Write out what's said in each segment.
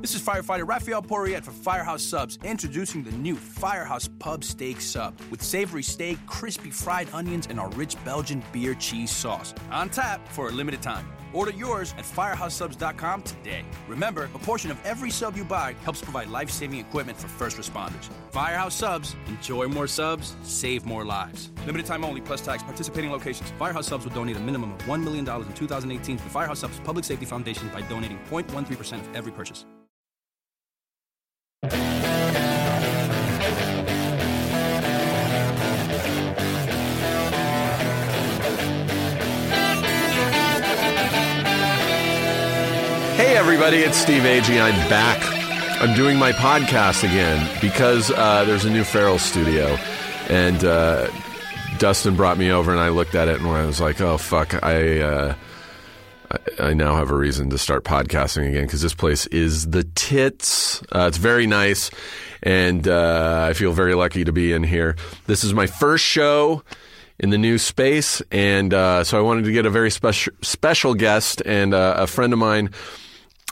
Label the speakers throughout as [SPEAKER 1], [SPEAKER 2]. [SPEAKER 1] This is firefighter Raphael Porriette for Firehouse Subs, introducing the new Firehouse Pub Steak Sub with savory steak, crispy fried onions, and our rich Belgian beer cheese sauce. On tap for a limited time. Order yours at firehousesubs.com today. Remember, a portion of every sub you buy helps provide life saving equipment for first responders. Firehouse Subs, enjoy more subs, save more lives. Limited time only, plus tax, participating locations. Firehouse Subs will donate a minimum of $1 million in 2018 to the Firehouse Subs Public Safety Foundation by donating 0.13% of every purchase.
[SPEAKER 2] Hey, everybody, it's Steve Agee. I'm back. I'm doing my podcast again because uh, there's a new Farrell studio. And uh, Dustin brought me over, and I looked at it and I was like, oh, fuck, I. Uh, I I now have a reason to start podcasting again because this place is the tits. Uh, it's very nice, and uh, I feel very lucky to be in here. This is my first show in the new space, and uh, so I wanted to get a very special special guest and uh, a friend of mine.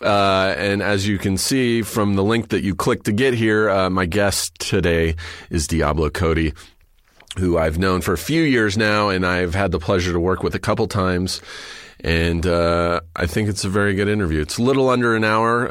[SPEAKER 2] Uh, and as you can see from the link that you click to get here, uh, my guest today is Diablo Cody who I've known for a few years now, and I've had the pleasure to work with a couple times. And uh, I think it's a very good interview. It's a little under an hour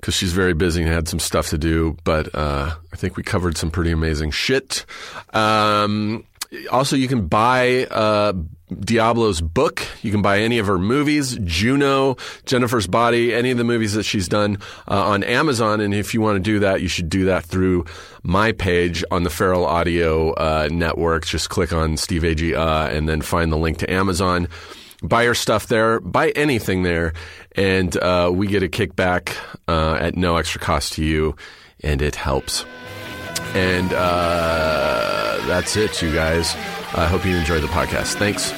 [SPEAKER 2] because she's very busy and had some stuff to do, but uh, I think we covered some pretty amazing shit. Um, also, you can buy uh, Diablo's book. You can buy any of her movies, Juno, Jennifer's Body, any of the movies that she's done uh, on Amazon. And if you want to do that, you should do that through my page on the Feral Audio uh, Network. Just click on Steve Agee uh, and then find the link to Amazon. Buy her stuff there, buy anything there, and uh, we get a kickback uh, at no extra cost to you, and it helps. And uh, that's it, you guys. I hope you enjoyed the podcast. Thanks.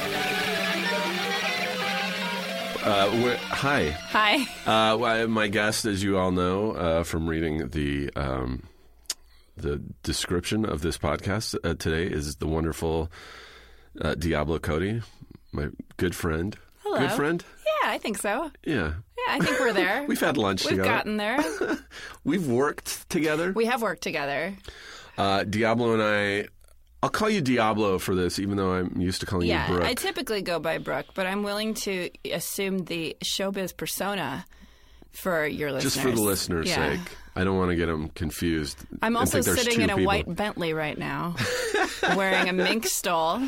[SPEAKER 2] Uh, we're, hi.
[SPEAKER 3] Hi.
[SPEAKER 2] Uh, well, my guest, as you all know uh, from reading the um, the description of this podcast uh, today, is the wonderful uh, Diablo Cody, my good friend.
[SPEAKER 3] Hello.
[SPEAKER 2] Good friend?
[SPEAKER 3] Yeah, I think so.
[SPEAKER 2] Yeah.
[SPEAKER 3] Yeah, I think we're there.
[SPEAKER 2] We've had lunch
[SPEAKER 3] We've
[SPEAKER 2] together.
[SPEAKER 3] gotten there.
[SPEAKER 2] We've worked together.
[SPEAKER 3] We have worked together.
[SPEAKER 2] Uh, Diablo and I. I'll call you Diablo for this, even though I'm used to calling
[SPEAKER 3] Yeah,
[SPEAKER 2] you Brooke.
[SPEAKER 3] I typically go by Brooke, but I'm willing to assume the showbiz persona for your listeners.
[SPEAKER 2] Just for the listener's
[SPEAKER 3] Yeah.
[SPEAKER 2] sake. I don't want to get them confused.
[SPEAKER 3] I'm
[SPEAKER 2] and
[SPEAKER 3] also
[SPEAKER 2] think there's
[SPEAKER 3] sitting
[SPEAKER 2] two
[SPEAKER 3] in a
[SPEAKER 2] people.
[SPEAKER 3] white Bentley right now, wearing a mink stole.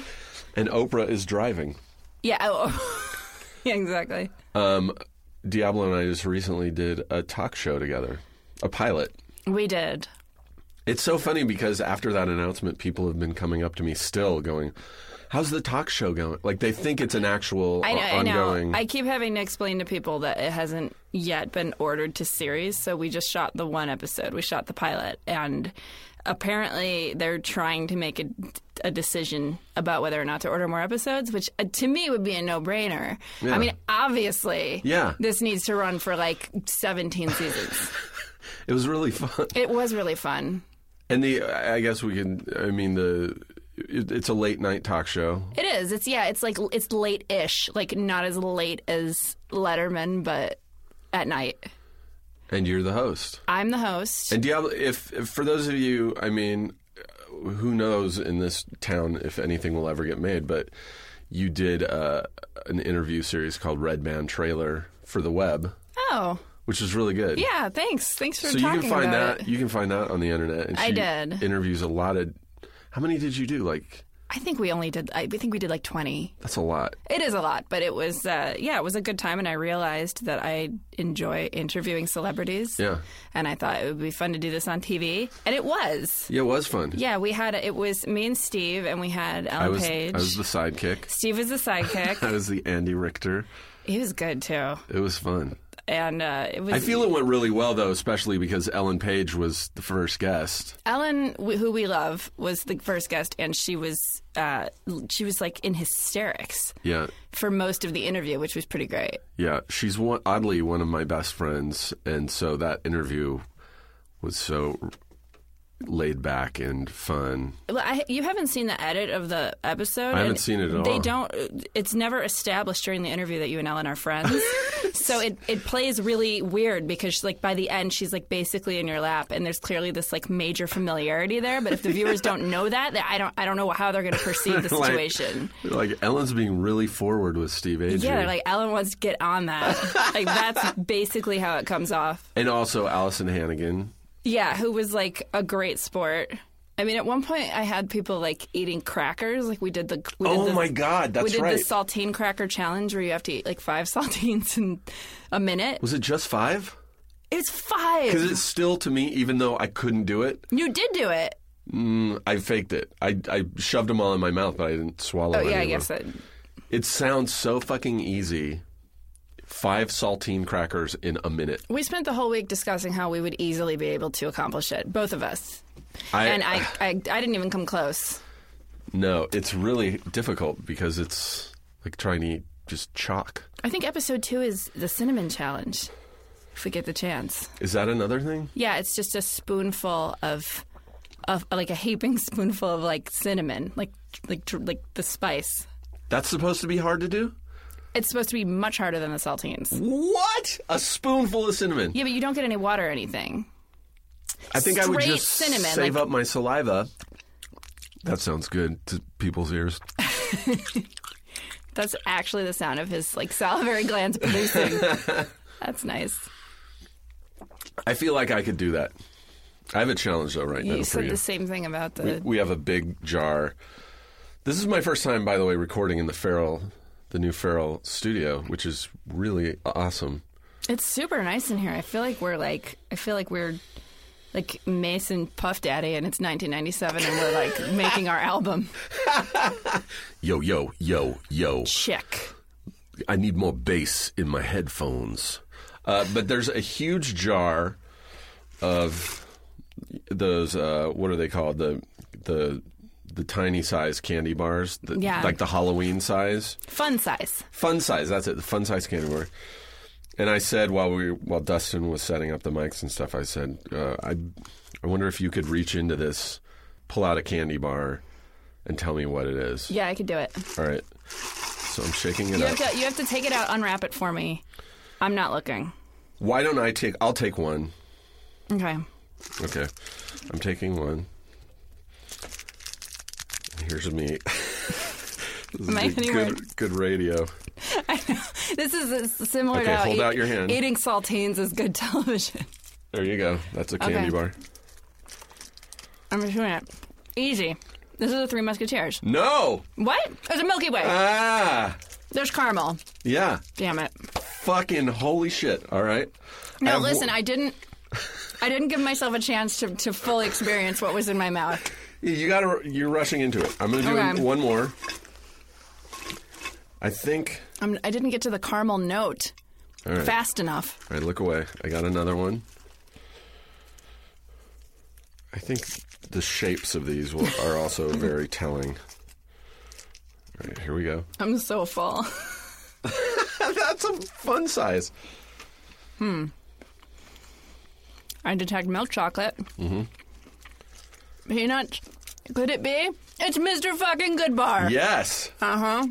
[SPEAKER 2] And Oprah is driving.
[SPEAKER 3] Yeah. Oh, yeah, exactly.
[SPEAKER 2] Um, Diablo and I just recently did a talk show together, a pilot.
[SPEAKER 3] We did.
[SPEAKER 2] It's so funny because after that announcement, people have been coming up to me still going, How's the talk show going? Like they think it's an actual
[SPEAKER 3] I know.
[SPEAKER 2] o-
[SPEAKER 3] I, know.
[SPEAKER 2] ongoing.
[SPEAKER 3] I keep having to explain to people that it hasn't yet been ordered to series, so we just shot the one episode. We shot the pilot, and apparently they're trying to make a, a decision about whether or not to order more episodes, which uh, to me would be a no-brainer.
[SPEAKER 2] Yeah.
[SPEAKER 3] I mean, obviously,
[SPEAKER 2] Yeah.
[SPEAKER 3] this needs to run for like 17 seasons.
[SPEAKER 2] It was really fun.
[SPEAKER 3] it was really fun.
[SPEAKER 2] And the, I guess we can, I mean, the, it, it's a late night talk show.
[SPEAKER 3] It is. It's yeah. It's like it's late-ish, like not as late as Letterman, but at night.
[SPEAKER 2] And you're the host.
[SPEAKER 3] I'm the host.
[SPEAKER 2] And Diablo, if, if for those of you, I mean, who knows in this town if anything will ever get made, but you did uh, an interview series called Red Man Trailer for the web,
[SPEAKER 3] oh.
[SPEAKER 2] which is really good.
[SPEAKER 3] Yeah, thanks. Thanks for
[SPEAKER 2] So you
[SPEAKER 3] talking
[SPEAKER 2] can find
[SPEAKER 3] about
[SPEAKER 2] that
[SPEAKER 3] it.
[SPEAKER 2] you can find that on the internet. And
[SPEAKER 3] I
[SPEAKER 2] she
[SPEAKER 3] did.
[SPEAKER 2] interviews a lot of. How many did you do? Like
[SPEAKER 3] I think we only did. I we think we did like twenty.
[SPEAKER 2] that's a lot.
[SPEAKER 3] It is a lot, but it was. Uh, yeah, it was a good time, and I realized that I enjoy interviewing celebrities.
[SPEAKER 2] Yeah,
[SPEAKER 3] And I thought it would be fun to do this on TV, and it was.
[SPEAKER 2] yeah, it was fun.
[SPEAKER 3] Yeah, we had it was me and Steve, and we had Ellen
[SPEAKER 2] I was
[SPEAKER 3] Page.
[SPEAKER 2] I was the sidekick.
[SPEAKER 3] Steve was the
[SPEAKER 2] I
[SPEAKER 3] sidekick.
[SPEAKER 2] was the Andy Richter.
[SPEAKER 3] he was good too.
[SPEAKER 2] It was fun.
[SPEAKER 3] and uh, it was.
[SPEAKER 2] I feel it went really well though, especially because Ellen Page was the first guest.
[SPEAKER 3] Ellen, w- who we love, was the first guest, and she was uh, l- she was like in hysterics
[SPEAKER 2] Yeah,
[SPEAKER 3] for most of the interview, which was pretty great.
[SPEAKER 2] yeah. She's one, oddly one of my best friends, and so that interview was so laid back and fun.
[SPEAKER 3] Well, I, you haven't seen the edit of the episode.
[SPEAKER 2] I haven't
[SPEAKER 3] and
[SPEAKER 2] seen it at
[SPEAKER 3] they
[SPEAKER 2] all.
[SPEAKER 3] don't. It's never established during the interview that you and Ellen are friends, so it, it plays really weird because like by the end she's like basically in your lap, and there's clearly this like major familiarity there. But if the viewers don't know that, then I don't. I don't know how they're going to perceive the
[SPEAKER 2] Like-
[SPEAKER 3] situation.
[SPEAKER 2] Like Ellen's being really forward with Steve Adrian.
[SPEAKER 3] yeah, they're like Ellen wants to get on that. like that's basically how it comes off.
[SPEAKER 2] and also Allison Hannigan.
[SPEAKER 3] Yeah, who was like a great sport. I mean, at one point, I had people like eating crackers. Like we did the we did
[SPEAKER 2] Oh
[SPEAKER 3] the-
[SPEAKER 2] my God, that's
[SPEAKER 3] we did
[SPEAKER 2] right.
[SPEAKER 3] the saltine cracker challenge where you have to eat like five saltines in a minute.
[SPEAKER 2] Was it just five?
[SPEAKER 3] It's
[SPEAKER 2] Because
[SPEAKER 3] five.
[SPEAKER 2] it's still to me, even though I couldn't do it,
[SPEAKER 3] you did do it.
[SPEAKER 2] I faked it. I, I shoved them all in my mouth, but I didn't swallow.
[SPEAKER 3] Oh yeah, I
[SPEAKER 2] any of
[SPEAKER 3] guess
[SPEAKER 2] them.
[SPEAKER 3] that.
[SPEAKER 2] It sounds so fucking easy. Five saltine crackers in a minute.
[SPEAKER 3] We spent the whole week discussing how we would easily be able to accomplish it, both of us,
[SPEAKER 2] I,
[SPEAKER 3] and I, I, I didn't even come close.
[SPEAKER 2] no, it's really difficult because it's like trying to eat just chalk.
[SPEAKER 3] I think episode two is the cinnamon challenge, if we get the chance.
[SPEAKER 2] Is that another thing?
[SPEAKER 3] Yeah, it's just a spoonful of, of like a heaping spoonful of like cinnamon, like like dr- like the spice.
[SPEAKER 2] That's supposed to be hard to do.
[SPEAKER 3] It's supposed to be much harder than the saltines.
[SPEAKER 2] What? A spoonful of cinnamon.
[SPEAKER 3] Yeah, but you don't get any water or anything.
[SPEAKER 2] I think I would
[SPEAKER 3] Straight
[SPEAKER 2] just
[SPEAKER 3] cinnamon,
[SPEAKER 2] save
[SPEAKER 3] like-
[SPEAKER 2] up my saliva. That sounds good to people's ears.
[SPEAKER 3] That's actually the sound of his like salivary glands producing. That's nice.
[SPEAKER 2] I feel like I could do that. I have a challenge though right now
[SPEAKER 3] You
[SPEAKER 2] for
[SPEAKER 3] said
[SPEAKER 2] you.
[SPEAKER 3] the same thing about the.
[SPEAKER 2] we have a big jar. This is my first time, by the way, recording in the Feral, the new Feral studio, which is really awesome.
[SPEAKER 3] It's super nice in here. I feel like we're like I feel like we're like Mason Puff Daddy, and it's 1997, and we're like making our album.
[SPEAKER 2] Yo, yo, yo, yo!
[SPEAKER 3] Check.
[SPEAKER 2] I need more bass in my headphones. Uh, but there's a huge jar of those. Uh, what are they called? The the the tiny size candy bars, the,
[SPEAKER 3] Yeah.
[SPEAKER 2] like the Halloween size.
[SPEAKER 3] Fun size.
[SPEAKER 2] Fun size. That's it. The fun size candy bar. And I said while we while Dustin was setting up the mics and stuff, I said, uh, I I wonder if you could reach into this, pull out a candy bar, and tell me what it is.
[SPEAKER 3] Yeah, I could do it.
[SPEAKER 2] All right. So I'm shaking it
[SPEAKER 3] You
[SPEAKER 2] up.
[SPEAKER 3] have to you have to take it out, unwrap it for me. I'm not looking.
[SPEAKER 2] Why don't I take? I'll take one.
[SPEAKER 3] Okay.
[SPEAKER 2] Okay. I'm taking one. Here's me. this
[SPEAKER 3] Am I
[SPEAKER 2] is good,
[SPEAKER 3] anywhere-
[SPEAKER 2] good, good radio.
[SPEAKER 3] This is uh, similar
[SPEAKER 2] Okay,
[SPEAKER 3] to how
[SPEAKER 2] hold
[SPEAKER 3] eat-
[SPEAKER 2] out your hand.
[SPEAKER 3] eating saltines is good television.
[SPEAKER 2] There you go. That's a candy
[SPEAKER 3] Okay.
[SPEAKER 2] bar.
[SPEAKER 3] I'm just doing it. Easy. This is the Three Musketeers.
[SPEAKER 2] No.
[SPEAKER 3] What? There's a Milky Way.
[SPEAKER 2] Ah.
[SPEAKER 3] There's caramel.
[SPEAKER 2] Yeah.
[SPEAKER 3] Damn it.
[SPEAKER 2] fucking holy shit. All right. I
[SPEAKER 3] No,
[SPEAKER 2] have
[SPEAKER 3] listen,
[SPEAKER 2] one-
[SPEAKER 3] I didn't. I didn't give myself a chance to, to fully experience what was in my mouth.
[SPEAKER 2] you gotta. You're rushing into it. I'm gonna do
[SPEAKER 3] Okay.
[SPEAKER 2] one more. I think.
[SPEAKER 3] I'm, I didn't get to the caramel note
[SPEAKER 2] All right.
[SPEAKER 3] fast enough.
[SPEAKER 2] All right. Look away. I got another one. I think the shapes of these will, are also very telling. All right. Here we go.
[SPEAKER 3] I'm so full.
[SPEAKER 2] That's a fun size.
[SPEAKER 3] I detect milk chocolate. Mm-hmm. Peanuts. Could it be? It's Mr. Fucking Goodbar.
[SPEAKER 2] Yes.
[SPEAKER 3] Uh huh.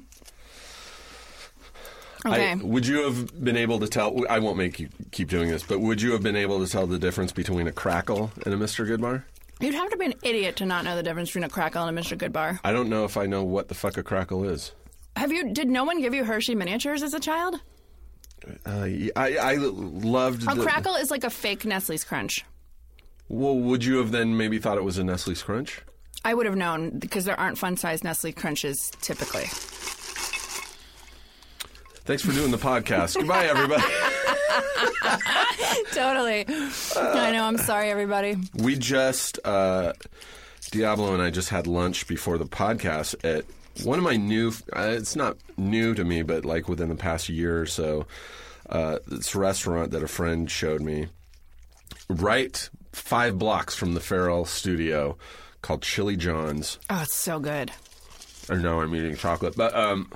[SPEAKER 3] Okay.
[SPEAKER 2] I, would you have been able to tell? I won't make you keep doing this, but would you have been able to tell the difference between a crackle and a Mr. Goodbar?
[SPEAKER 3] You'd have to be an idiot to not know the difference between a crackle and a Mr. Goodbar.
[SPEAKER 2] I don't know if I know what the fuck a crackle is.
[SPEAKER 3] Have you? Did no one give you Hershey miniatures as a child?
[SPEAKER 2] Uh, I, I loved.
[SPEAKER 3] A
[SPEAKER 2] the,
[SPEAKER 3] crackle is like a fake Nestle's Crunch.
[SPEAKER 2] Well, would you have then maybe thought it was a Nestle Crunch?
[SPEAKER 3] I would have known because there aren't fun-sized Nestle Crunches typically.
[SPEAKER 2] Thanks for doing the podcast. Goodbye, everybody.
[SPEAKER 3] totally. I know. I'm sorry, everybody.
[SPEAKER 2] We just uh, Diablo and I just had lunch before the podcast at one of my new. Uh, it's not new to me, but like within the past year or so, uh, this restaurant that a friend showed me, right five blocks from the Farrell studio, called Chili John's.
[SPEAKER 3] Oh, it's so good.
[SPEAKER 2] Or no, I'm eating chocolate, but um,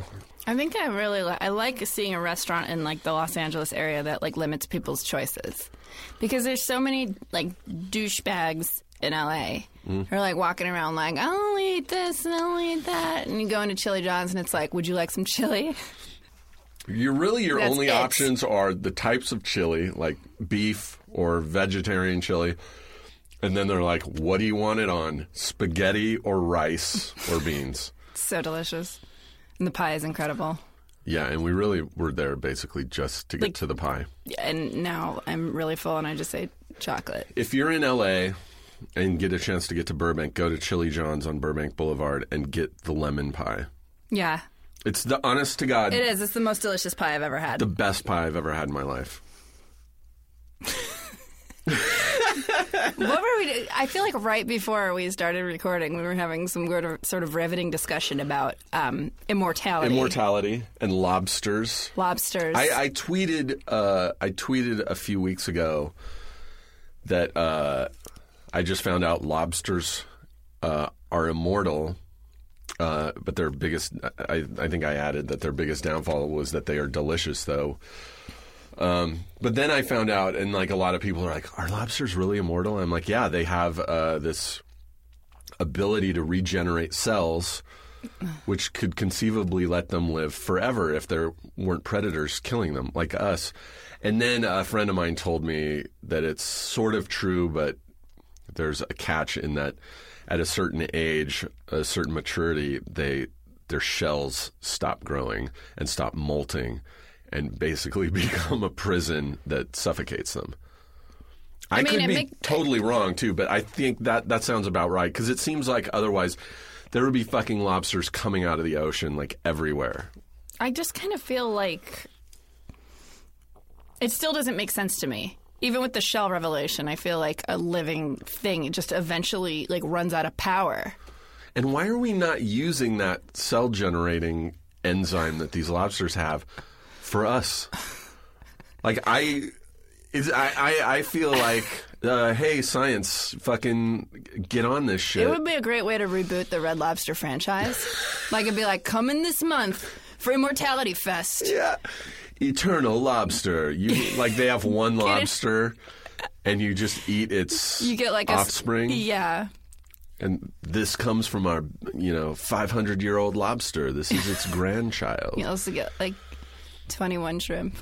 [SPEAKER 3] I think I really li- I like seeing a restaurant in like the Los Angeles area that like limits people's choices because there's so many like douchebags in LA who are like walking around like I'll only eat this and I'll only eat that and you go into Chili John's and it's like would you like some chili?
[SPEAKER 2] you really your
[SPEAKER 3] That's
[SPEAKER 2] only
[SPEAKER 3] it.
[SPEAKER 2] options are the types of chili, like beef or vegetarian chili. And then they're like, "What do you want it on? Spaghetti or rice or beans?"
[SPEAKER 3] It's so delicious and the pie is incredible.
[SPEAKER 2] Yeah, and we really were there basically just to get to the pie.
[SPEAKER 3] And now I'm really full and I just say chocolate.
[SPEAKER 2] If you're in LA and get a chance to get to Burbank, go to Chili John's on Burbank Boulevard and get the lemon pie.
[SPEAKER 3] Yeah,
[SPEAKER 2] It's the honest to God
[SPEAKER 3] it is. It's the most delicious pie I've ever had.
[SPEAKER 2] the best pie I've ever had in my life.
[SPEAKER 3] what were we? I feel like right before we started recording, we were having some sort of, sort of riveting discussion about um, immortality,
[SPEAKER 2] Immortality and lobsters.
[SPEAKER 3] lobsters.
[SPEAKER 2] I, I tweeted uh, I tweeted a few weeks ago that uh, I just found out lobsters uh, are immortal, uh, but their biggest I, I think I added that their biggest downfall was that they are delicious though. Um, but then I found out, and like a lot of people are like, "Are lobsters really immortal?" I'm like, "Yeah, they have uh, this ability to regenerate cells." which could conceivably let them live forever if there weren't predators killing them like us. And then a friend of mine told me that it's sort of true, but there's a catch in that at a certain age, a certain maturity, they their shells stop growing and stop molting and basically become a prison that suffocates them. I,
[SPEAKER 3] mean,
[SPEAKER 2] could
[SPEAKER 3] it
[SPEAKER 2] be
[SPEAKER 3] make-
[SPEAKER 2] totally wrong too, but I think that that sounds about right because it seems like otherwise there would be fucking lobsters coming out of the ocean like everywhere.
[SPEAKER 3] I just kind of feel like it still doesn't make sense to me. Even with the shell revelation, I feel like a living thing just eventually like runs out of power.
[SPEAKER 2] And why are we not using that cell generating enzyme that these lobsters have for us? Like I, is I, I, I feel like, uh, hey, science, fucking get on this shit.
[SPEAKER 3] It would be a great way to reboot the Red Lobster franchise. like it'd be like, come in this month for Immortality Fest.
[SPEAKER 2] yeah, eternal lobster. You like they have one lobster, and you just eat its
[SPEAKER 3] You get like a s-
[SPEAKER 2] offspring.
[SPEAKER 3] yeah.
[SPEAKER 2] And this comes from our, you know, 500 year old lobster. This is its grandchild.
[SPEAKER 3] You also get like twenty one shrimp.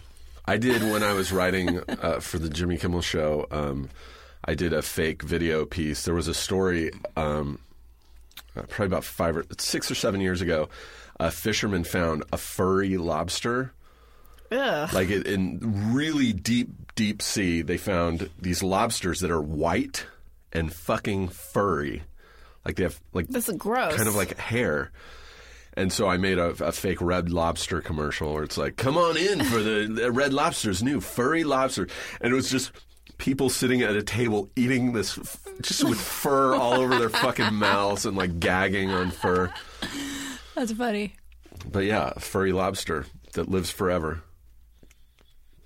[SPEAKER 2] I did when I was writing uh, for the Jimmy Kimmel show. Um, I did a fake video piece. There was a story, um, uh, probably about five or six or seven years ago. A fisherman found a furry lobster,
[SPEAKER 3] Ugh.
[SPEAKER 2] like it, in really deep, deep sea. They found these lobsters that are white and fucking furry, like they have like
[SPEAKER 3] This is gross.
[SPEAKER 2] kind of like hair. And so I made a, a fake Red Lobster commercial where it's like, "Come on in for the, the Red Lobster's new furry lobster," and it was just people sitting at a table eating this f- just with fur all over their fucking mouths and like gagging on fur.
[SPEAKER 3] That's funny.
[SPEAKER 2] But yeah, a furry lobster that lives forever.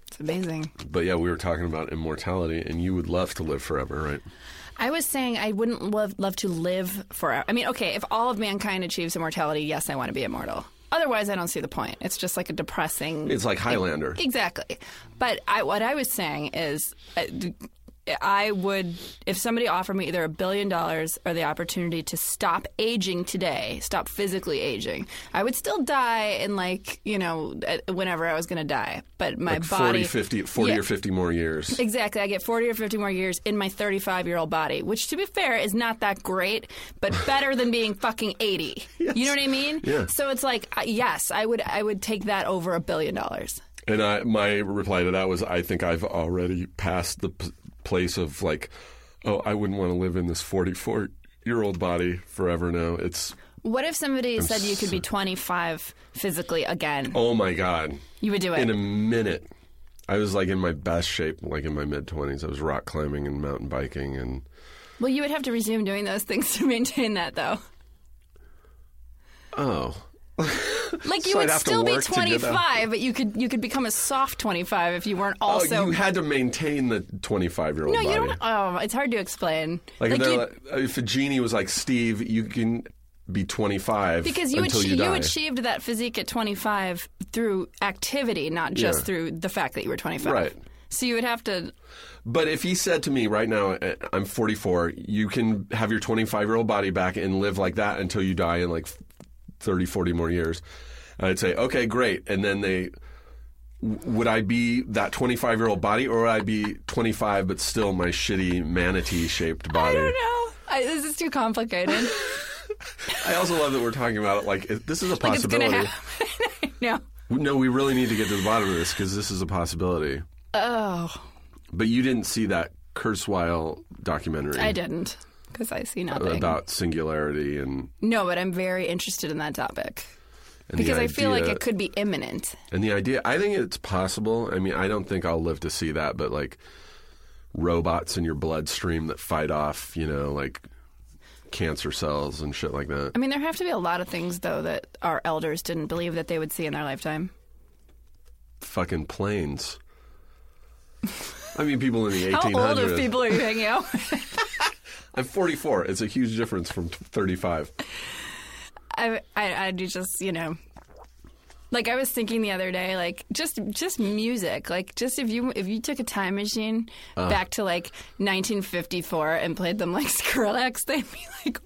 [SPEAKER 3] It's amazing.
[SPEAKER 2] But yeah, we were talking about immortality, and you would love to live forever, right?
[SPEAKER 3] I was saying I wouldn't love love to live forever. I mean, okay, if all of mankind achieves immortality, yes, I want to be immortal. Otherwise, I don't see the point. It's just like a depressing.
[SPEAKER 2] It's like Highlander.
[SPEAKER 3] Exactly. But I, what I was saying is, uh, d- I would, if somebody offered me either a billion dollars or the opportunity to stop aging today, stop physically aging, I would still die in like, you know, at- whenever I was going to die. But my
[SPEAKER 2] Like 40,
[SPEAKER 3] body.
[SPEAKER 2] 50, 40 or 50 more years.
[SPEAKER 3] Exactly. I get 40 or 50 more years in my 35 year old body, which, to be fair, is not that great, but better than being fucking 80. You know what I mean?
[SPEAKER 2] Yeah.
[SPEAKER 3] So it's like, I- yes, I would, I would take that over a billion dollars.
[SPEAKER 2] And I, my reply to that was, I think I've already passed the p- place of like, oh, I wouldn't want to live in this 44 year old body forever now. It's,
[SPEAKER 3] What if somebody said you could be 25 physically again?
[SPEAKER 2] oh my God.
[SPEAKER 3] You would do it.
[SPEAKER 2] In a minute. I was like in my best shape, like in my mid 20s. I was rock climbing and mountain biking. And
[SPEAKER 3] well, you would have to resume doing those things to maintain that, though.
[SPEAKER 2] oh,
[SPEAKER 3] Like you
[SPEAKER 2] So I'd
[SPEAKER 3] would
[SPEAKER 2] have to
[SPEAKER 3] still be
[SPEAKER 2] work to do that.
[SPEAKER 3] 25, but you could you could become a soft 25 if you weren't also.
[SPEAKER 2] oh, you had to maintain the 25 year old
[SPEAKER 3] no,
[SPEAKER 2] body.
[SPEAKER 3] you don't. Oh, it's hard to explain.
[SPEAKER 2] Like, if, they're
[SPEAKER 3] you-
[SPEAKER 2] like, if a genie was like, Steve, you can be 25
[SPEAKER 3] because you,
[SPEAKER 2] until
[SPEAKER 3] achi-
[SPEAKER 2] you die.
[SPEAKER 3] you achieved that physique at 25 through activity, not just
[SPEAKER 2] Yeah.
[SPEAKER 3] through the fact that you were 25.
[SPEAKER 2] Right.
[SPEAKER 3] So you would have to.
[SPEAKER 2] But if he said to me right now, uh, I'm 44, you can have your 25 year old body back and live like that until you die in like 30, 40 more years, and I'd say, okay, great. And then they, w- would I be that 25 year old body or would I be 25 but still my shitty manatee shaped
[SPEAKER 3] I
[SPEAKER 2] body?
[SPEAKER 3] don't know. I, this is too complicated.
[SPEAKER 2] I also love that we're talking about it like it- this is a
[SPEAKER 3] like it's gonna
[SPEAKER 2] possibility.
[SPEAKER 3] happen. no.
[SPEAKER 2] no, we really need to get to the bottom of this because this is a possibility.
[SPEAKER 3] Oh,
[SPEAKER 2] But you didn't see that Kurzweil documentary
[SPEAKER 3] I didn't because I
[SPEAKER 2] Uh,
[SPEAKER 3] see nothing.
[SPEAKER 2] about singularity and.
[SPEAKER 3] no, but I'm very interested in that topic
[SPEAKER 2] and the
[SPEAKER 3] because I feel like
[SPEAKER 2] idea-
[SPEAKER 3] it could be imminent.
[SPEAKER 2] And the idea, I think it's possible. I mean, I don't think I'll live to see that, but like robots in your bloodstream that fight off, you know, like cancer cells and shit like that.
[SPEAKER 3] I mean, there have to be a lot of things though that our elders didn't believe that they would see in their lifetime.
[SPEAKER 2] Fucking planes. I mean, people in the 1800s.
[SPEAKER 3] How old of people are you hanging out? with?
[SPEAKER 2] I'm 44. It's a huge difference from t- 35.
[SPEAKER 3] I, I, I do just, you know, like I was thinking the other day, like just, just music, like just if you, if you took a time machine
[SPEAKER 2] Uh.
[SPEAKER 3] back to like 1954 and played them like Skrillex, they'd be like,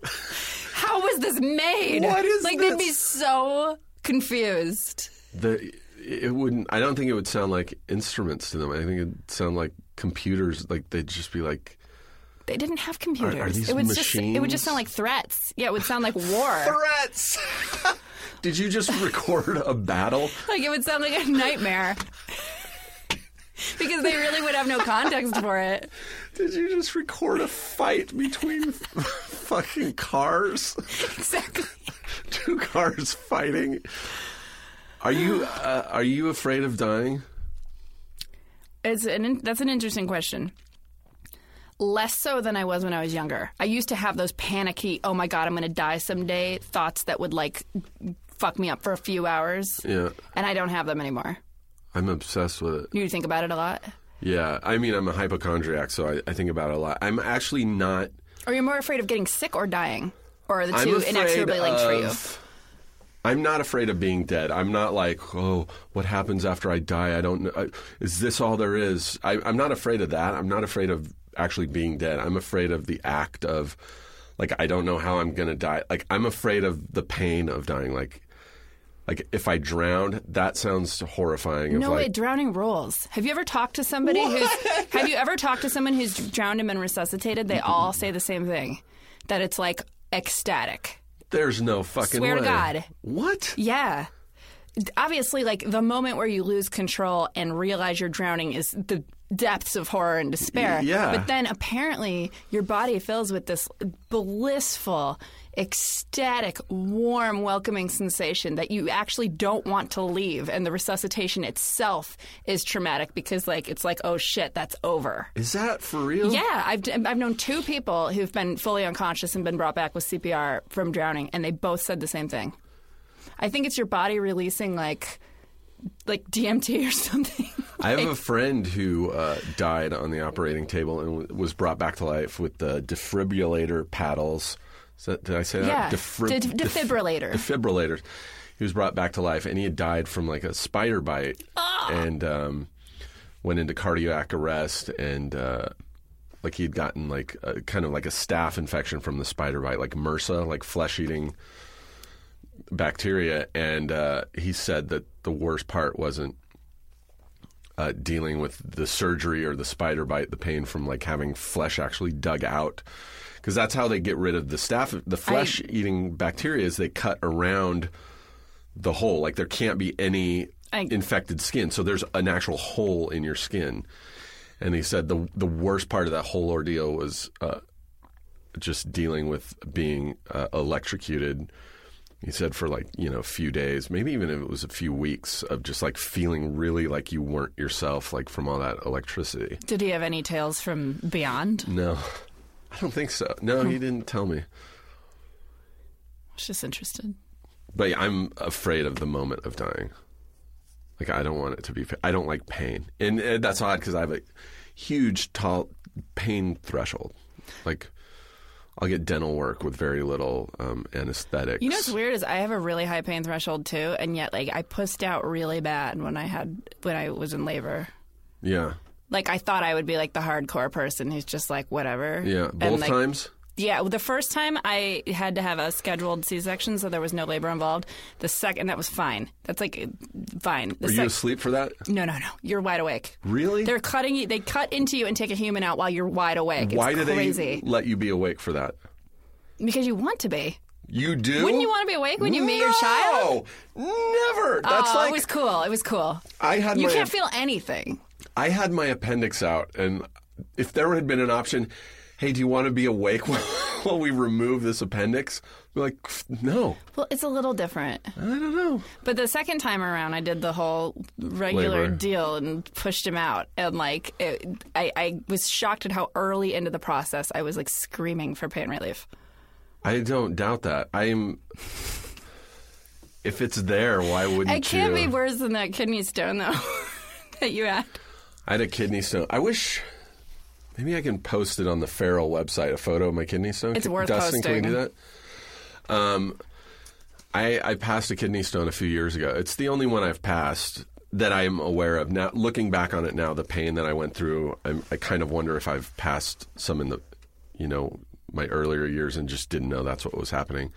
[SPEAKER 3] how was this made?
[SPEAKER 2] What is
[SPEAKER 3] like they'd be
[SPEAKER 2] this?
[SPEAKER 3] so confused.
[SPEAKER 2] The, it wouldn't. I don't think it would sound like instruments to them. I think it'd sound like computers. Like they'd just be like
[SPEAKER 3] They didn't have computers.
[SPEAKER 2] these
[SPEAKER 3] it was just, it would
[SPEAKER 2] machines?
[SPEAKER 3] just sound like threats. Yeah, it would sound like war.
[SPEAKER 2] threats. Did you just record a battle?
[SPEAKER 3] like it would sound like a nightmare. because they really would have no context for it.
[SPEAKER 2] Did you just record a fight between fucking cars?
[SPEAKER 3] Exactly.
[SPEAKER 2] Two cars fighting? Are you uh, are you afraid of dying?
[SPEAKER 3] It's an in- that's an interesting question. Less so than I was when I was younger. I used to have those panicky, oh my god, I'm going to die someday thoughts that would like fuck me up for a few hours,
[SPEAKER 2] Yeah,
[SPEAKER 3] and I don't have them anymore.
[SPEAKER 2] I'm obsessed with it.
[SPEAKER 3] Do you think about it a lot,
[SPEAKER 2] Yeah, I mean, I'm a hypochondriac, so I, I think about it a lot. I'm actually not.
[SPEAKER 3] or you're more afraid of getting sick or dying, or are the
[SPEAKER 2] I'm
[SPEAKER 3] two
[SPEAKER 2] afraid
[SPEAKER 3] inexorably linked for you?
[SPEAKER 2] of- I'm not afraid of being dead. I'm not like, oh, what happens after I die? I don't know. I- Is this all there is? I, I'm not afraid of that. I'm not afraid of actually being dead. I'm afraid of the act of, like, I don't know how I'm going to die. Like, I'm afraid of the pain of dying. Like, like if I drowned, that sounds horrifying. of
[SPEAKER 3] No
[SPEAKER 2] like,
[SPEAKER 3] way, drowning rules. Have you ever talked to somebody who's Have you ever talked to someone who's drowned and been resuscitated?
[SPEAKER 2] Mm-hmm.
[SPEAKER 3] They all say the same thing, that it's like ecstatic.
[SPEAKER 2] there's no fucking
[SPEAKER 3] Swear to
[SPEAKER 2] way.
[SPEAKER 3] God.
[SPEAKER 2] What?
[SPEAKER 3] Yeah. D- Obviously, like the moment where you lose control and realize you're drowning is the depths of horror and despair.
[SPEAKER 2] Y- yeah.
[SPEAKER 3] But then apparently your body fills with this blissful, ecstatic, warm, welcoming sensation that you actually don't want to leave. And the resuscitation itself is traumatic because, like, it's like, oh shit, that's over.
[SPEAKER 2] Is that for real?
[SPEAKER 3] Yeah, I've, d- I've known two people who've been fully unconscious and been brought back with CPR from drowning, and they both said the same thing. I think it's your body releasing like like DMT or something.
[SPEAKER 2] I have a friend who uh, died on the operating table and w- was brought back to life with the defibrillator paddles. Is that, did I say
[SPEAKER 3] Yeah.
[SPEAKER 2] that? Defri-
[SPEAKER 3] De-
[SPEAKER 2] def-
[SPEAKER 3] defibrillator.
[SPEAKER 2] defibrillators. He was brought back to life, and he had died from like a spider bite,
[SPEAKER 3] Ah!
[SPEAKER 2] and um, went into cardiac arrest, and uh, like he had gotten like a, kind of like a staph infection from the spider bite, like MRSA, like flesh eating bacteria, and uh, he said that the worst part wasn't uh, dealing with the surgery or the spider bite, the pain from like having flesh actually dug out, because that's how they get rid of the staph, the flesh eating bacteria is they cut around the hole. Like there can't be any
[SPEAKER 3] I-
[SPEAKER 2] infected skin, so there's an actual hole in your skin. And he said the the worst part of that whole ordeal was uh, just dealing with being uh, electrocuted. He said for like you know a few days, maybe even if it was a few weeks of just like feeling really like you weren't yourself, like from all that electricity.
[SPEAKER 3] Did he have any tales from beyond?
[SPEAKER 2] No, I don't think so. No, he didn't tell me.
[SPEAKER 3] I was just interested.
[SPEAKER 2] But yeah, I'm afraid of the moment of dying. Like I don't want it to be. I don't like pain, and uh, that's odd because I have a huge tall pain threshold. Like I'll get dental work with very little um, anesthetics.
[SPEAKER 3] You know what's weird is I have a really high pain threshold too, and yet like I pussed out really bad when I had when I was in labor.
[SPEAKER 2] Yeah,
[SPEAKER 3] Like I thought I would be like the hardcore person who's just like whatever.
[SPEAKER 2] yeah.
[SPEAKER 3] And,
[SPEAKER 2] Both
[SPEAKER 3] like,
[SPEAKER 2] times.
[SPEAKER 3] Yeah, well, the first time I had to have a scheduled C-section, so there was no labor involved. The second, that was fine. That's like fine. The
[SPEAKER 2] Were you
[SPEAKER 3] sec-
[SPEAKER 2] asleep for that?
[SPEAKER 3] no, no, no. You're wide awake.
[SPEAKER 2] Really?
[SPEAKER 3] They're cutting you. They cut into you and take a human out while you're wide awake.
[SPEAKER 2] Why
[SPEAKER 3] it's
[SPEAKER 2] do
[SPEAKER 3] crazy.
[SPEAKER 2] they let you be awake for that?
[SPEAKER 3] Because you want to be.
[SPEAKER 2] You do?
[SPEAKER 3] Wouldn't you wanna be awake when you meet your child?
[SPEAKER 2] No, never. That's
[SPEAKER 3] oh,
[SPEAKER 2] like
[SPEAKER 3] it was cool. It was cool.
[SPEAKER 2] I had
[SPEAKER 3] You
[SPEAKER 2] my
[SPEAKER 3] can't feel anything.
[SPEAKER 2] I had my appendix out, and if there had been an option, hey, do you want to be awake while, while we remove this appendix? We're like, no,
[SPEAKER 3] Well, it's a little different.
[SPEAKER 2] I don't know.
[SPEAKER 3] But the second time around, I did the whole regular
[SPEAKER 2] Labor.
[SPEAKER 3] deal and pushed him out. And like, it, I, I was shocked at how early into the process I was like screaming for pain relief.
[SPEAKER 2] I don't doubt that. I'm. If it's there, why wouldn't
[SPEAKER 3] It can't
[SPEAKER 2] you?
[SPEAKER 3] be worse than that kidney stone though that you had.
[SPEAKER 2] I had a kidney stone. I wish. Maybe I can post it on the Feral website, a photo of my kidney stone.
[SPEAKER 3] It's
[SPEAKER 2] Can-
[SPEAKER 3] worth
[SPEAKER 2] Dustin, can
[SPEAKER 3] posting.
[SPEAKER 2] we do that? Um, I, I passed a kidney stone a few years ago. It's the only one I've passed that I'm aware of. Now, looking back on it now, the pain that I went through, I'm, I kind of wonder if I've passed some in the, you know, my earlier years and just didn't know that's what was happening.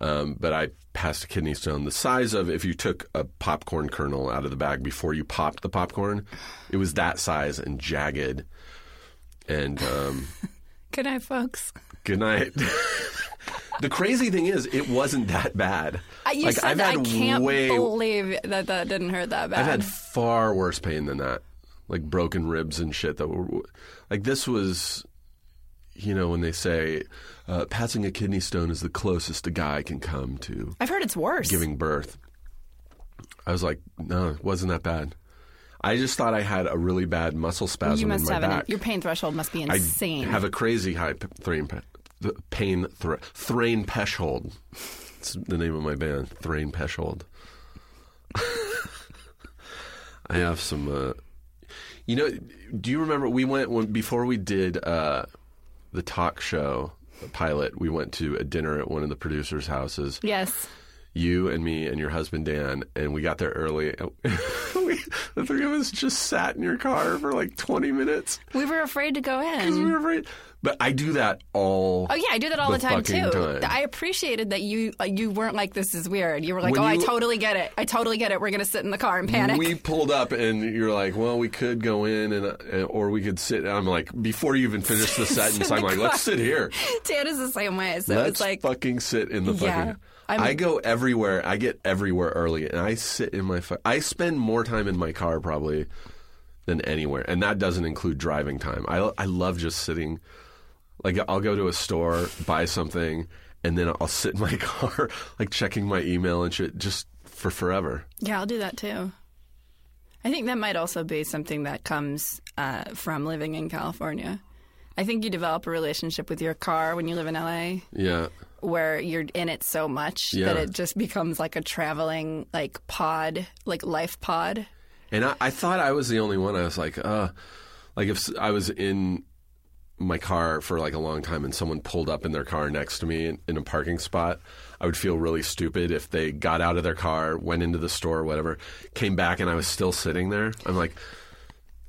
[SPEAKER 2] Um, but I passed a kidney stone the size of if you took a popcorn kernel out of the bag before you popped the popcorn, it was that size and jagged. And um,
[SPEAKER 3] Good night, folks.
[SPEAKER 2] good night. the crazy thing is, it wasn't that bad.
[SPEAKER 3] I, Uh, you
[SPEAKER 2] Like,
[SPEAKER 3] said
[SPEAKER 2] I've
[SPEAKER 3] that. I
[SPEAKER 2] had
[SPEAKER 3] can't
[SPEAKER 2] way-
[SPEAKER 3] believe that that didn't hurt that bad.
[SPEAKER 2] I've had far worse pain than that, like broken ribs and shit. That were like this was, you know, when they say uh, passing a kidney stone is the closest a guy can come to
[SPEAKER 3] I've heard it's worse.
[SPEAKER 2] giving birth. I was like, no, it wasn't that bad. I just thought I had a really bad muscle spasm
[SPEAKER 3] you must
[SPEAKER 2] in my
[SPEAKER 3] have an,
[SPEAKER 2] back.
[SPEAKER 3] your pain threshold must be
[SPEAKER 2] I
[SPEAKER 3] insane.
[SPEAKER 2] have a crazy high p- thrain, pe- th- pain thr- thrain peshold. It's the name of my band, Thrain Peshold. I have some. Uh, you know, do you remember we went when before we did uh, the talk show pilot? We went to a dinner at one of the producers' houses
[SPEAKER 3] yes.
[SPEAKER 2] you and me and your husband Dan, and we got there early. we, the three of us just sat in your car for like 20 minutes
[SPEAKER 3] We were afraid to go in.
[SPEAKER 2] 'cause we were afraid. But I do that all.
[SPEAKER 3] Mm-hmm. Oh yeah, I do that all the, time
[SPEAKER 2] fucking
[SPEAKER 3] too.
[SPEAKER 2] time.
[SPEAKER 3] I appreciated that you uh, you weren't like this is weird. You were like,
[SPEAKER 2] When
[SPEAKER 3] oh, I
[SPEAKER 2] you-
[SPEAKER 3] totally get it. I totally get it. We're gonna sit in the car and panic.
[SPEAKER 2] We pulled up and you're like, well, we could go in and, uh, or we could sit. And I'm like, before you even finish the sentence,
[SPEAKER 3] in
[SPEAKER 2] I'm
[SPEAKER 3] the
[SPEAKER 2] like,
[SPEAKER 3] car.
[SPEAKER 2] let's sit here.
[SPEAKER 3] Dan is the same way. So
[SPEAKER 2] let's
[SPEAKER 3] it's like
[SPEAKER 2] fucking sit in the fucking.
[SPEAKER 3] Yeah. I'm-
[SPEAKER 2] I go everywhere. I get everywhere early, and I sit in my. Fu- I spend more time in my car probably than anywhere, and that doesn't include driving time. I I love just sitting. Like I'll go to a store, buy something, and then I'll sit in my car, like checking my email and shit, just for forever.
[SPEAKER 3] yeah, I'll do that too. I think that might also be something that comes uh, from living in California. I think you develop a relationship with your car when you live in LA,
[SPEAKER 2] Yeah,
[SPEAKER 3] where you're in it so much
[SPEAKER 2] Yeah.
[SPEAKER 3] that it just becomes like a traveling like pod, like life pod.
[SPEAKER 2] and I, I thought I was the only one. I was like, uh, like if s- I was in my car for like a long time and someone pulled up in their car next to me in, in a parking spot, I would feel really stupid if they got out of their car, went into the store, or whatever, came back and I was still sitting there. I'm like,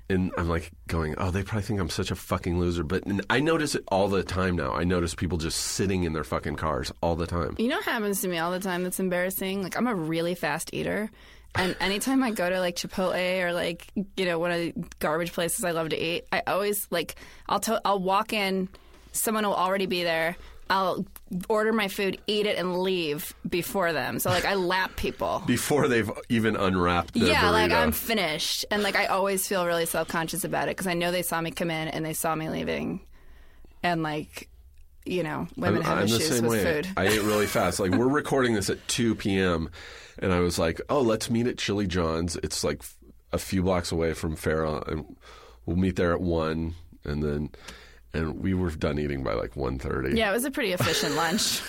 [SPEAKER 2] and I'm like going, oh, they probably think I'm such a fucking loser. But and I notice it all the time now. I notice people just sitting in their fucking cars all the time.
[SPEAKER 3] You know what happens to me all the time that's embarrassing? Like, I'm a really fast eater. And anytime I go to like Chipotle or like, you know, one of the garbage places I love to eat, I always like, I'll, to- I'll walk in, someone will already be there. I'll order my food, eat it, and leave before them. So, like, I lap people.
[SPEAKER 2] Before they've even unwrapped their
[SPEAKER 3] yeah,
[SPEAKER 2] burrito.
[SPEAKER 3] like, I'm finished. And, like, I always feel really self conscious about it because I know they saw me come in and they saw me leaving. And, like, you know, women have issues with food.
[SPEAKER 2] I ate really fast. Like we're recording this at 2 p.m. and I was like, "Oh, let's meet at Chili John's. It's like f- a few blocks away from Farrell, and we'll meet there at one, and then." And we were done eating by like 1.30.
[SPEAKER 3] yeah, it was a pretty efficient lunch.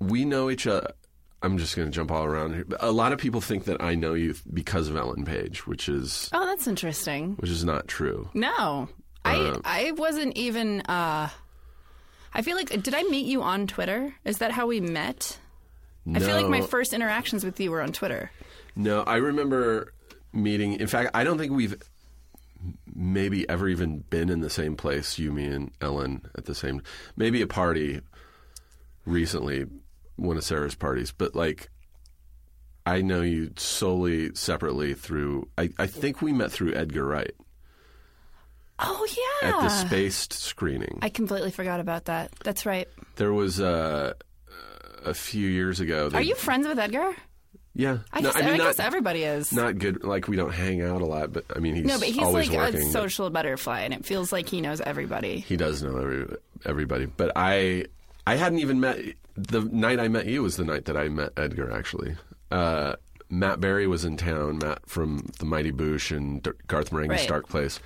[SPEAKER 2] we know each other. I'm just going to jump all around here. but A lot of people think that I know you because of Ellen Page, which is
[SPEAKER 3] Oh, that's interesting.
[SPEAKER 2] which is not true.
[SPEAKER 3] No,
[SPEAKER 2] Uh.
[SPEAKER 3] I I wasn't even. Uh, I feel like did I meet you on Twitter? Is that how we met? I feel like my
[SPEAKER 2] No.
[SPEAKER 3] first interactions with you were on Twitter.
[SPEAKER 2] No, I remember meeting. In fact, I don't think we've maybe ever even been in the same place, you, me, and Ellen at the same. Maybe a party recently, one of Sarah's parties, but like. I know you solely separately through. I, I think we met through Edgar Wright
[SPEAKER 3] Oh yeah,
[SPEAKER 2] at the spaced screening.
[SPEAKER 3] I completely forgot about that. That's right.
[SPEAKER 2] there was a a few years ago. They,
[SPEAKER 3] Are you friends with Edgar?
[SPEAKER 2] Yeah,
[SPEAKER 3] I
[SPEAKER 2] No,
[SPEAKER 3] guess, I guess
[SPEAKER 2] not,
[SPEAKER 3] everybody is.
[SPEAKER 2] not good. Like we don't hang out a lot, but I mean, he's
[SPEAKER 3] no, but he's
[SPEAKER 2] always
[SPEAKER 3] like
[SPEAKER 2] working.
[SPEAKER 3] a
[SPEAKER 2] but-
[SPEAKER 3] social butterfly, and it feels like he knows everybody.
[SPEAKER 2] He does know every, everybody, but I I hadn't even met the night I met you was the night that I met Edgar actually. Uh, Matt Berry was in town. Matt from the Mighty Boosh and D- Garth Marenghi's
[SPEAKER 3] Right.
[SPEAKER 2] Dark Place.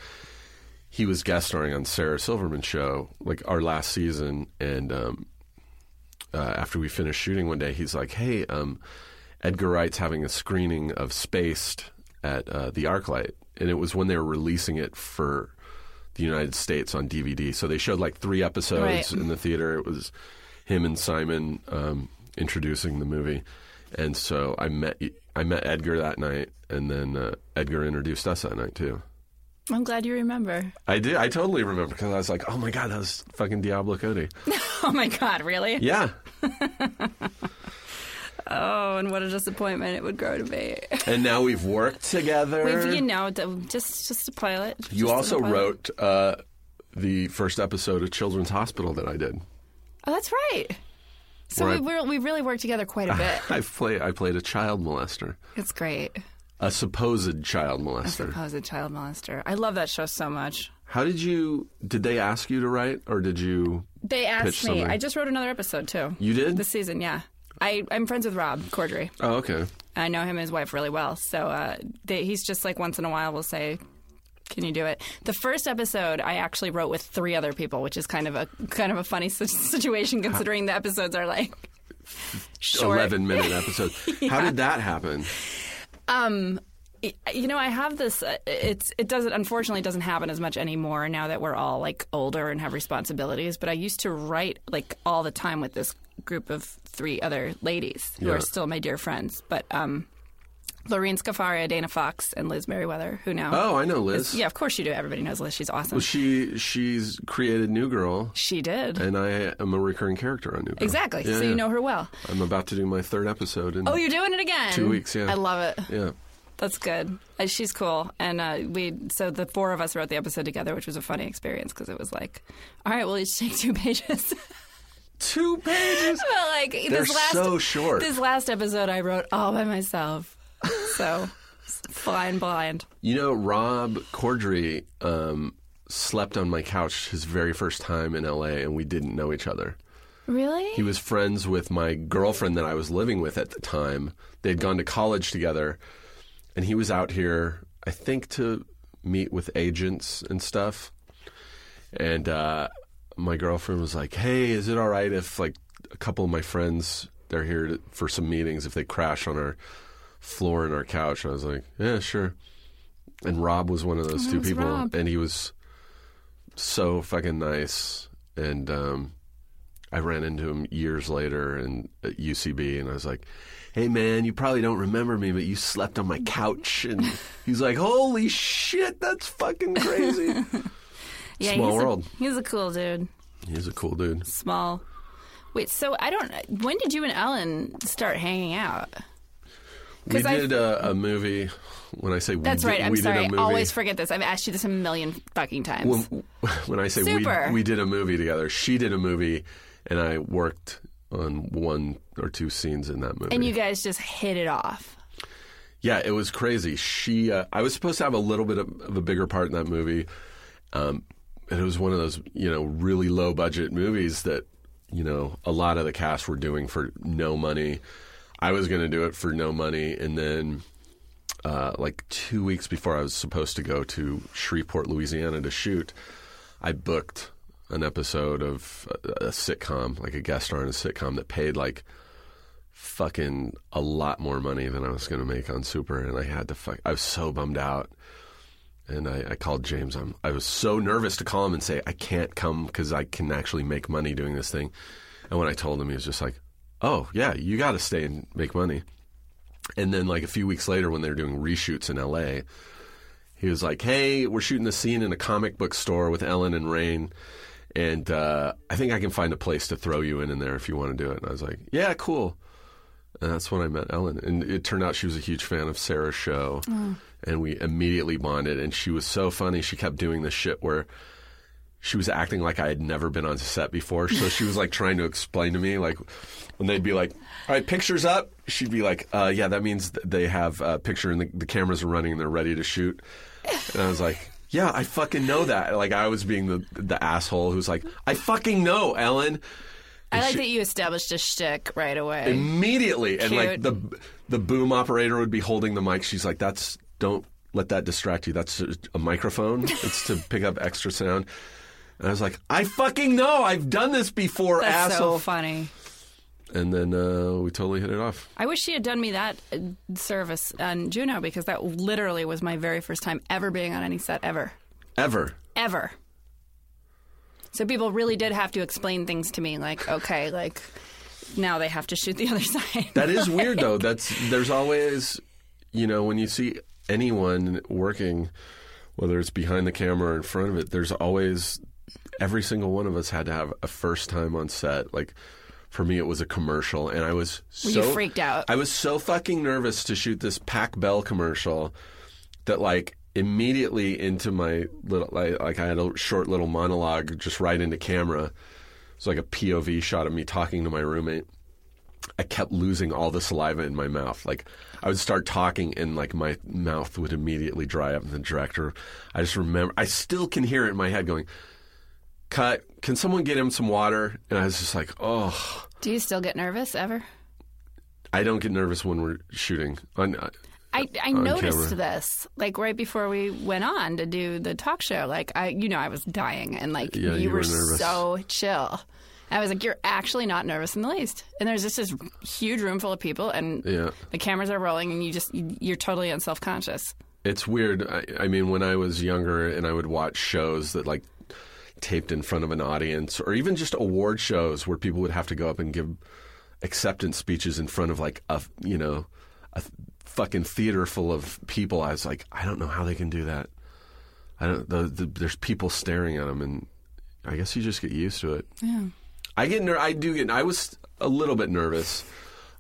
[SPEAKER 2] He was guest starring on Sarah Silverman's show, like our last season, and um, uh, after we finished shooting one day, he's like, "Hey, um, Edgar Wright's having a screening of Spaced at uh, the ArcLight, and it was when they were releasing it for the United States on DVD. So they showed like three episodes
[SPEAKER 3] Right.
[SPEAKER 2] in the theater. It was him and Simon um, introducing the movie, and so I met I met Edgar that night, and then uh, Edgar introduced us that night too.
[SPEAKER 3] I'm glad you remember.
[SPEAKER 2] I did. I totally remember because I was like, "Oh my god, that was fucking Diablo Cody."
[SPEAKER 3] Oh my God, really?
[SPEAKER 2] Yeah,
[SPEAKER 3] Oh, and what a disappointment it would grow to be.
[SPEAKER 2] and now we've worked together.
[SPEAKER 3] We've, you know, d- just just a pilot.
[SPEAKER 2] You
[SPEAKER 3] Just
[SPEAKER 2] also
[SPEAKER 3] a pilot.
[SPEAKER 2] wrote uh, the first episode of Children's Hospital that I did.
[SPEAKER 3] Oh, that's right. So
[SPEAKER 2] Where I-
[SPEAKER 3] we, we're, we really work together quite a bit.
[SPEAKER 2] I play I played a child molester,
[SPEAKER 3] it's great.
[SPEAKER 2] a supposed child
[SPEAKER 3] I
[SPEAKER 2] molester.
[SPEAKER 3] suppose a child molester. I love that show so much.
[SPEAKER 2] How did you? Did they ask you to write, or did you?
[SPEAKER 3] They asked
[SPEAKER 2] Pitch
[SPEAKER 3] me.
[SPEAKER 2] summary.
[SPEAKER 3] I just wrote another episode too.
[SPEAKER 2] You did?
[SPEAKER 3] this season, yeah. I, I'm friends with Rob Cordry.
[SPEAKER 2] Oh, okay.
[SPEAKER 3] I know him and his wife really well. So uh, they, he's just like once in a while will say, "Can you do it?" The first episode I actually wrote with three other people, which is kind of a kind of a funny si- situation considering the episodes are like short.
[SPEAKER 2] Eleven minute episode. How did that happen?
[SPEAKER 3] Um, y- you know, I have this. Uh, it's it doesn't unfortunately it doesn't happen as much anymore now that we're all like older and have responsibilities. But I used to write like all the time with this group of three other ladies who
[SPEAKER 2] Yeah.
[SPEAKER 3] are still my dear friends. But um, Lorene Scafaria, Dana Fox, and Liz Merriweather, who now.
[SPEAKER 2] Oh, I know Liz.
[SPEAKER 3] Yeah, of course you do. Everybody knows Liz. She's awesome.
[SPEAKER 2] Well, she she's created New Girl,
[SPEAKER 3] she did.
[SPEAKER 2] and I am a recurring character on New Girl.
[SPEAKER 3] Exactly.
[SPEAKER 2] Yeah,
[SPEAKER 3] so you
[SPEAKER 2] yeah.
[SPEAKER 3] know her well.
[SPEAKER 2] I'm about to do my third episode. In,
[SPEAKER 3] Oh, you're doing it again.
[SPEAKER 2] Two weeks, yeah.
[SPEAKER 3] I love it.
[SPEAKER 2] yeah.
[SPEAKER 3] That's good. Uh, she's cool, and uh, we so the four of us wrote the episode together, which was a funny experience because it was like, all right, we'll each take two pages.
[SPEAKER 2] Two pages.
[SPEAKER 3] but like
[SPEAKER 2] They're
[SPEAKER 3] this last
[SPEAKER 2] so short.
[SPEAKER 3] This last episode I wrote all by myself, so flying blind.
[SPEAKER 2] You know, Rob Cordry um, slept on my couch his very first time in LA, and we didn't know each other.
[SPEAKER 3] Really?
[SPEAKER 2] He was friends with my girlfriend that I was living with at the time. They had gone to college together, and he was out here, I think, to meet with agents and stuff. And uh, my girlfriend was like, "Hey, is it all right if like a couple of my friends they're here to, for some meetings if they crash on our floor in our couch?" And I was like, "Yeah, sure." And Rob was one of those two
[SPEAKER 3] was
[SPEAKER 2] people,
[SPEAKER 3] Rob.
[SPEAKER 2] and he was so fucking nice. And um, I ran into him years later in at UCB, and I was like, "Hey, man, you probably don't remember me, but you slept on my couch." And he's like, "Holy shit, that's fucking crazy."
[SPEAKER 3] yeah,
[SPEAKER 2] small
[SPEAKER 3] he's
[SPEAKER 2] world.
[SPEAKER 3] A, he's a cool dude.
[SPEAKER 2] He's a cool dude.
[SPEAKER 3] Small. Wait, so I don't. When did you and Ellen start hanging out?
[SPEAKER 2] We
[SPEAKER 3] 'Cause I-
[SPEAKER 2] did uh, a, a movie. When I say we
[SPEAKER 3] That's
[SPEAKER 2] did,
[SPEAKER 3] right. I'm
[SPEAKER 2] we
[SPEAKER 3] sorry.
[SPEAKER 2] Did a
[SPEAKER 3] I
[SPEAKER 2] movie,
[SPEAKER 3] always forget this. I've asked you this a million fucking times.
[SPEAKER 2] when, when I say we,
[SPEAKER 3] Super.
[SPEAKER 2] we did a movie together, she did a movie, and I worked on one or two scenes in that movie.
[SPEAKER 3] and you guys just hit it off.
[SPEAKER 2] Yeah, it was crazy. She, uh, I was supposed to have a little bit of, of a bigger part in that movie. Um, and it was one of those, you know, really low budget movies that, you know, a lot of the cast were doing for no money. I was going to do it for no money, and then, uh, like two weeks before I was supposed to go to Shreveport, Louisiana, to shoot, I booked an episode of a, a sitcom, like a guest star in a sitcom that paid like fucking a lot more money than I was going to make on Super, and I had to fuck. I was so bummed out, and I, I called James. I'm, I was so nervous to call him and say I can't come because I can actually make money doing this thing. And when I told him, he was just like, "Oh yeah, you got to stay and make money." And then like a few weeks later, when they were doing reshoots in L.A., he was like, "Hey, we're shooting the scene in a comic book store with Ellen and Rain." And uh, I think I can find a place to throw you in in there if you want to do it. And I was like, "Yeah, cool." And that's when I met Ellen. And it turned out she was a huge fan of Sarah's show.
[SPEAKER 4] Oh.
[SPEAKER 2] And we immediately bonded. And she was so funny. She kept doing this shit where she was acting like I had never been on set before. So she was like trying to explain to me, like, when they'd be like, all right, picture's up. She'd be like, uh, yeah, that means th- they have a picture and the, the cameras are running and they're ready to shoot. And I was like, yeah, I fucking know that. Like, I was being the, the asshole who's like, I fucking know, Ellen
[SPEAKER 4] I like that you established a shtick right away.
[SPEAKER 2] immediately and like
[SPEAKER 4] Cute.
[SPEAKER 2] the the boom operator would be holding the mic she's like that's don't let that distract you that's a, a microphone it's to pick up extra sound and i was like i fucking know i've done this before
[SPEAKER 4] That's so
[SPEAKER 2] asshole
[SPEAKER 4] funny.
[SPEAKER 2] and then uh, we totally hit it off
[SPEAKER 3] I wish she had done me that uh, service on Juno because that literally was my very first time ever being on any set ever.
[SPEAKER 2] ever
[SPEAKER 3] Ever. So people really did have to explain things to me like, okay, like now they have to shoot the other side.
[SPEAKER 2] that is weird though that's there's always you know when you see anyone working whether it's behind the camera or in front of it there's always every single one of us had to have a first time on set like for me it was a commercial and i was so
[SPEAKER 3] you freaked out.
[SPEAKER 2] i was so fucking nervous to shoot this pac bell commercial that like immediately into my little like, like i had a short little monologue just right into camera it's like a pov shot of me talking to my roommate I kept losing all the saliva in my mouth. Like I would start talking and like my mouth would immediately dry up and the director I just remember I still can hear it in my head going, Cut, can someone get him some water? And I was just like, Oh
[SPEAKER 3] Do you still get nervous ever?
[SPEAKER 2] I don't get nervous when we're shooting. On uh,
[SPEAKER 3] I, I
[SPEAKER 2] on
[SPEAKER 3] noticed
[SPEAKER 2] camera.
[SPEAKER 3] this like right before we went on to do the talk show. Like I, you know, I was dying, and like
[SPEAKER 2] Yeah, you
[SPEAKER 3] you
[SPEAKER 2] were
[SPEAKER 3] were
[SPEAKER 2] nervous.
[SPEAKER 3] so chill. I was like, you're actually not nervous in the least. And there's just this huge room full of people, and
[SPEAKER 2] Yeah.
[SPEAKER 3] the cameras are rolling, and you just you're totally unself conscious.
[SPEAKER 2] It's weird. I, I mean, when I was younger and I would watch shows that like taped in front of an audience or even just award shows where people would have to go up and give acceptance speeches in front of like a, you know, a fucking theater full of people. I was like, I don't know how they can do that. I don't, the, the, there's people staring at them and I guess you just get used to it. Yeah. I get, ner- I do get, I was a little bit nervous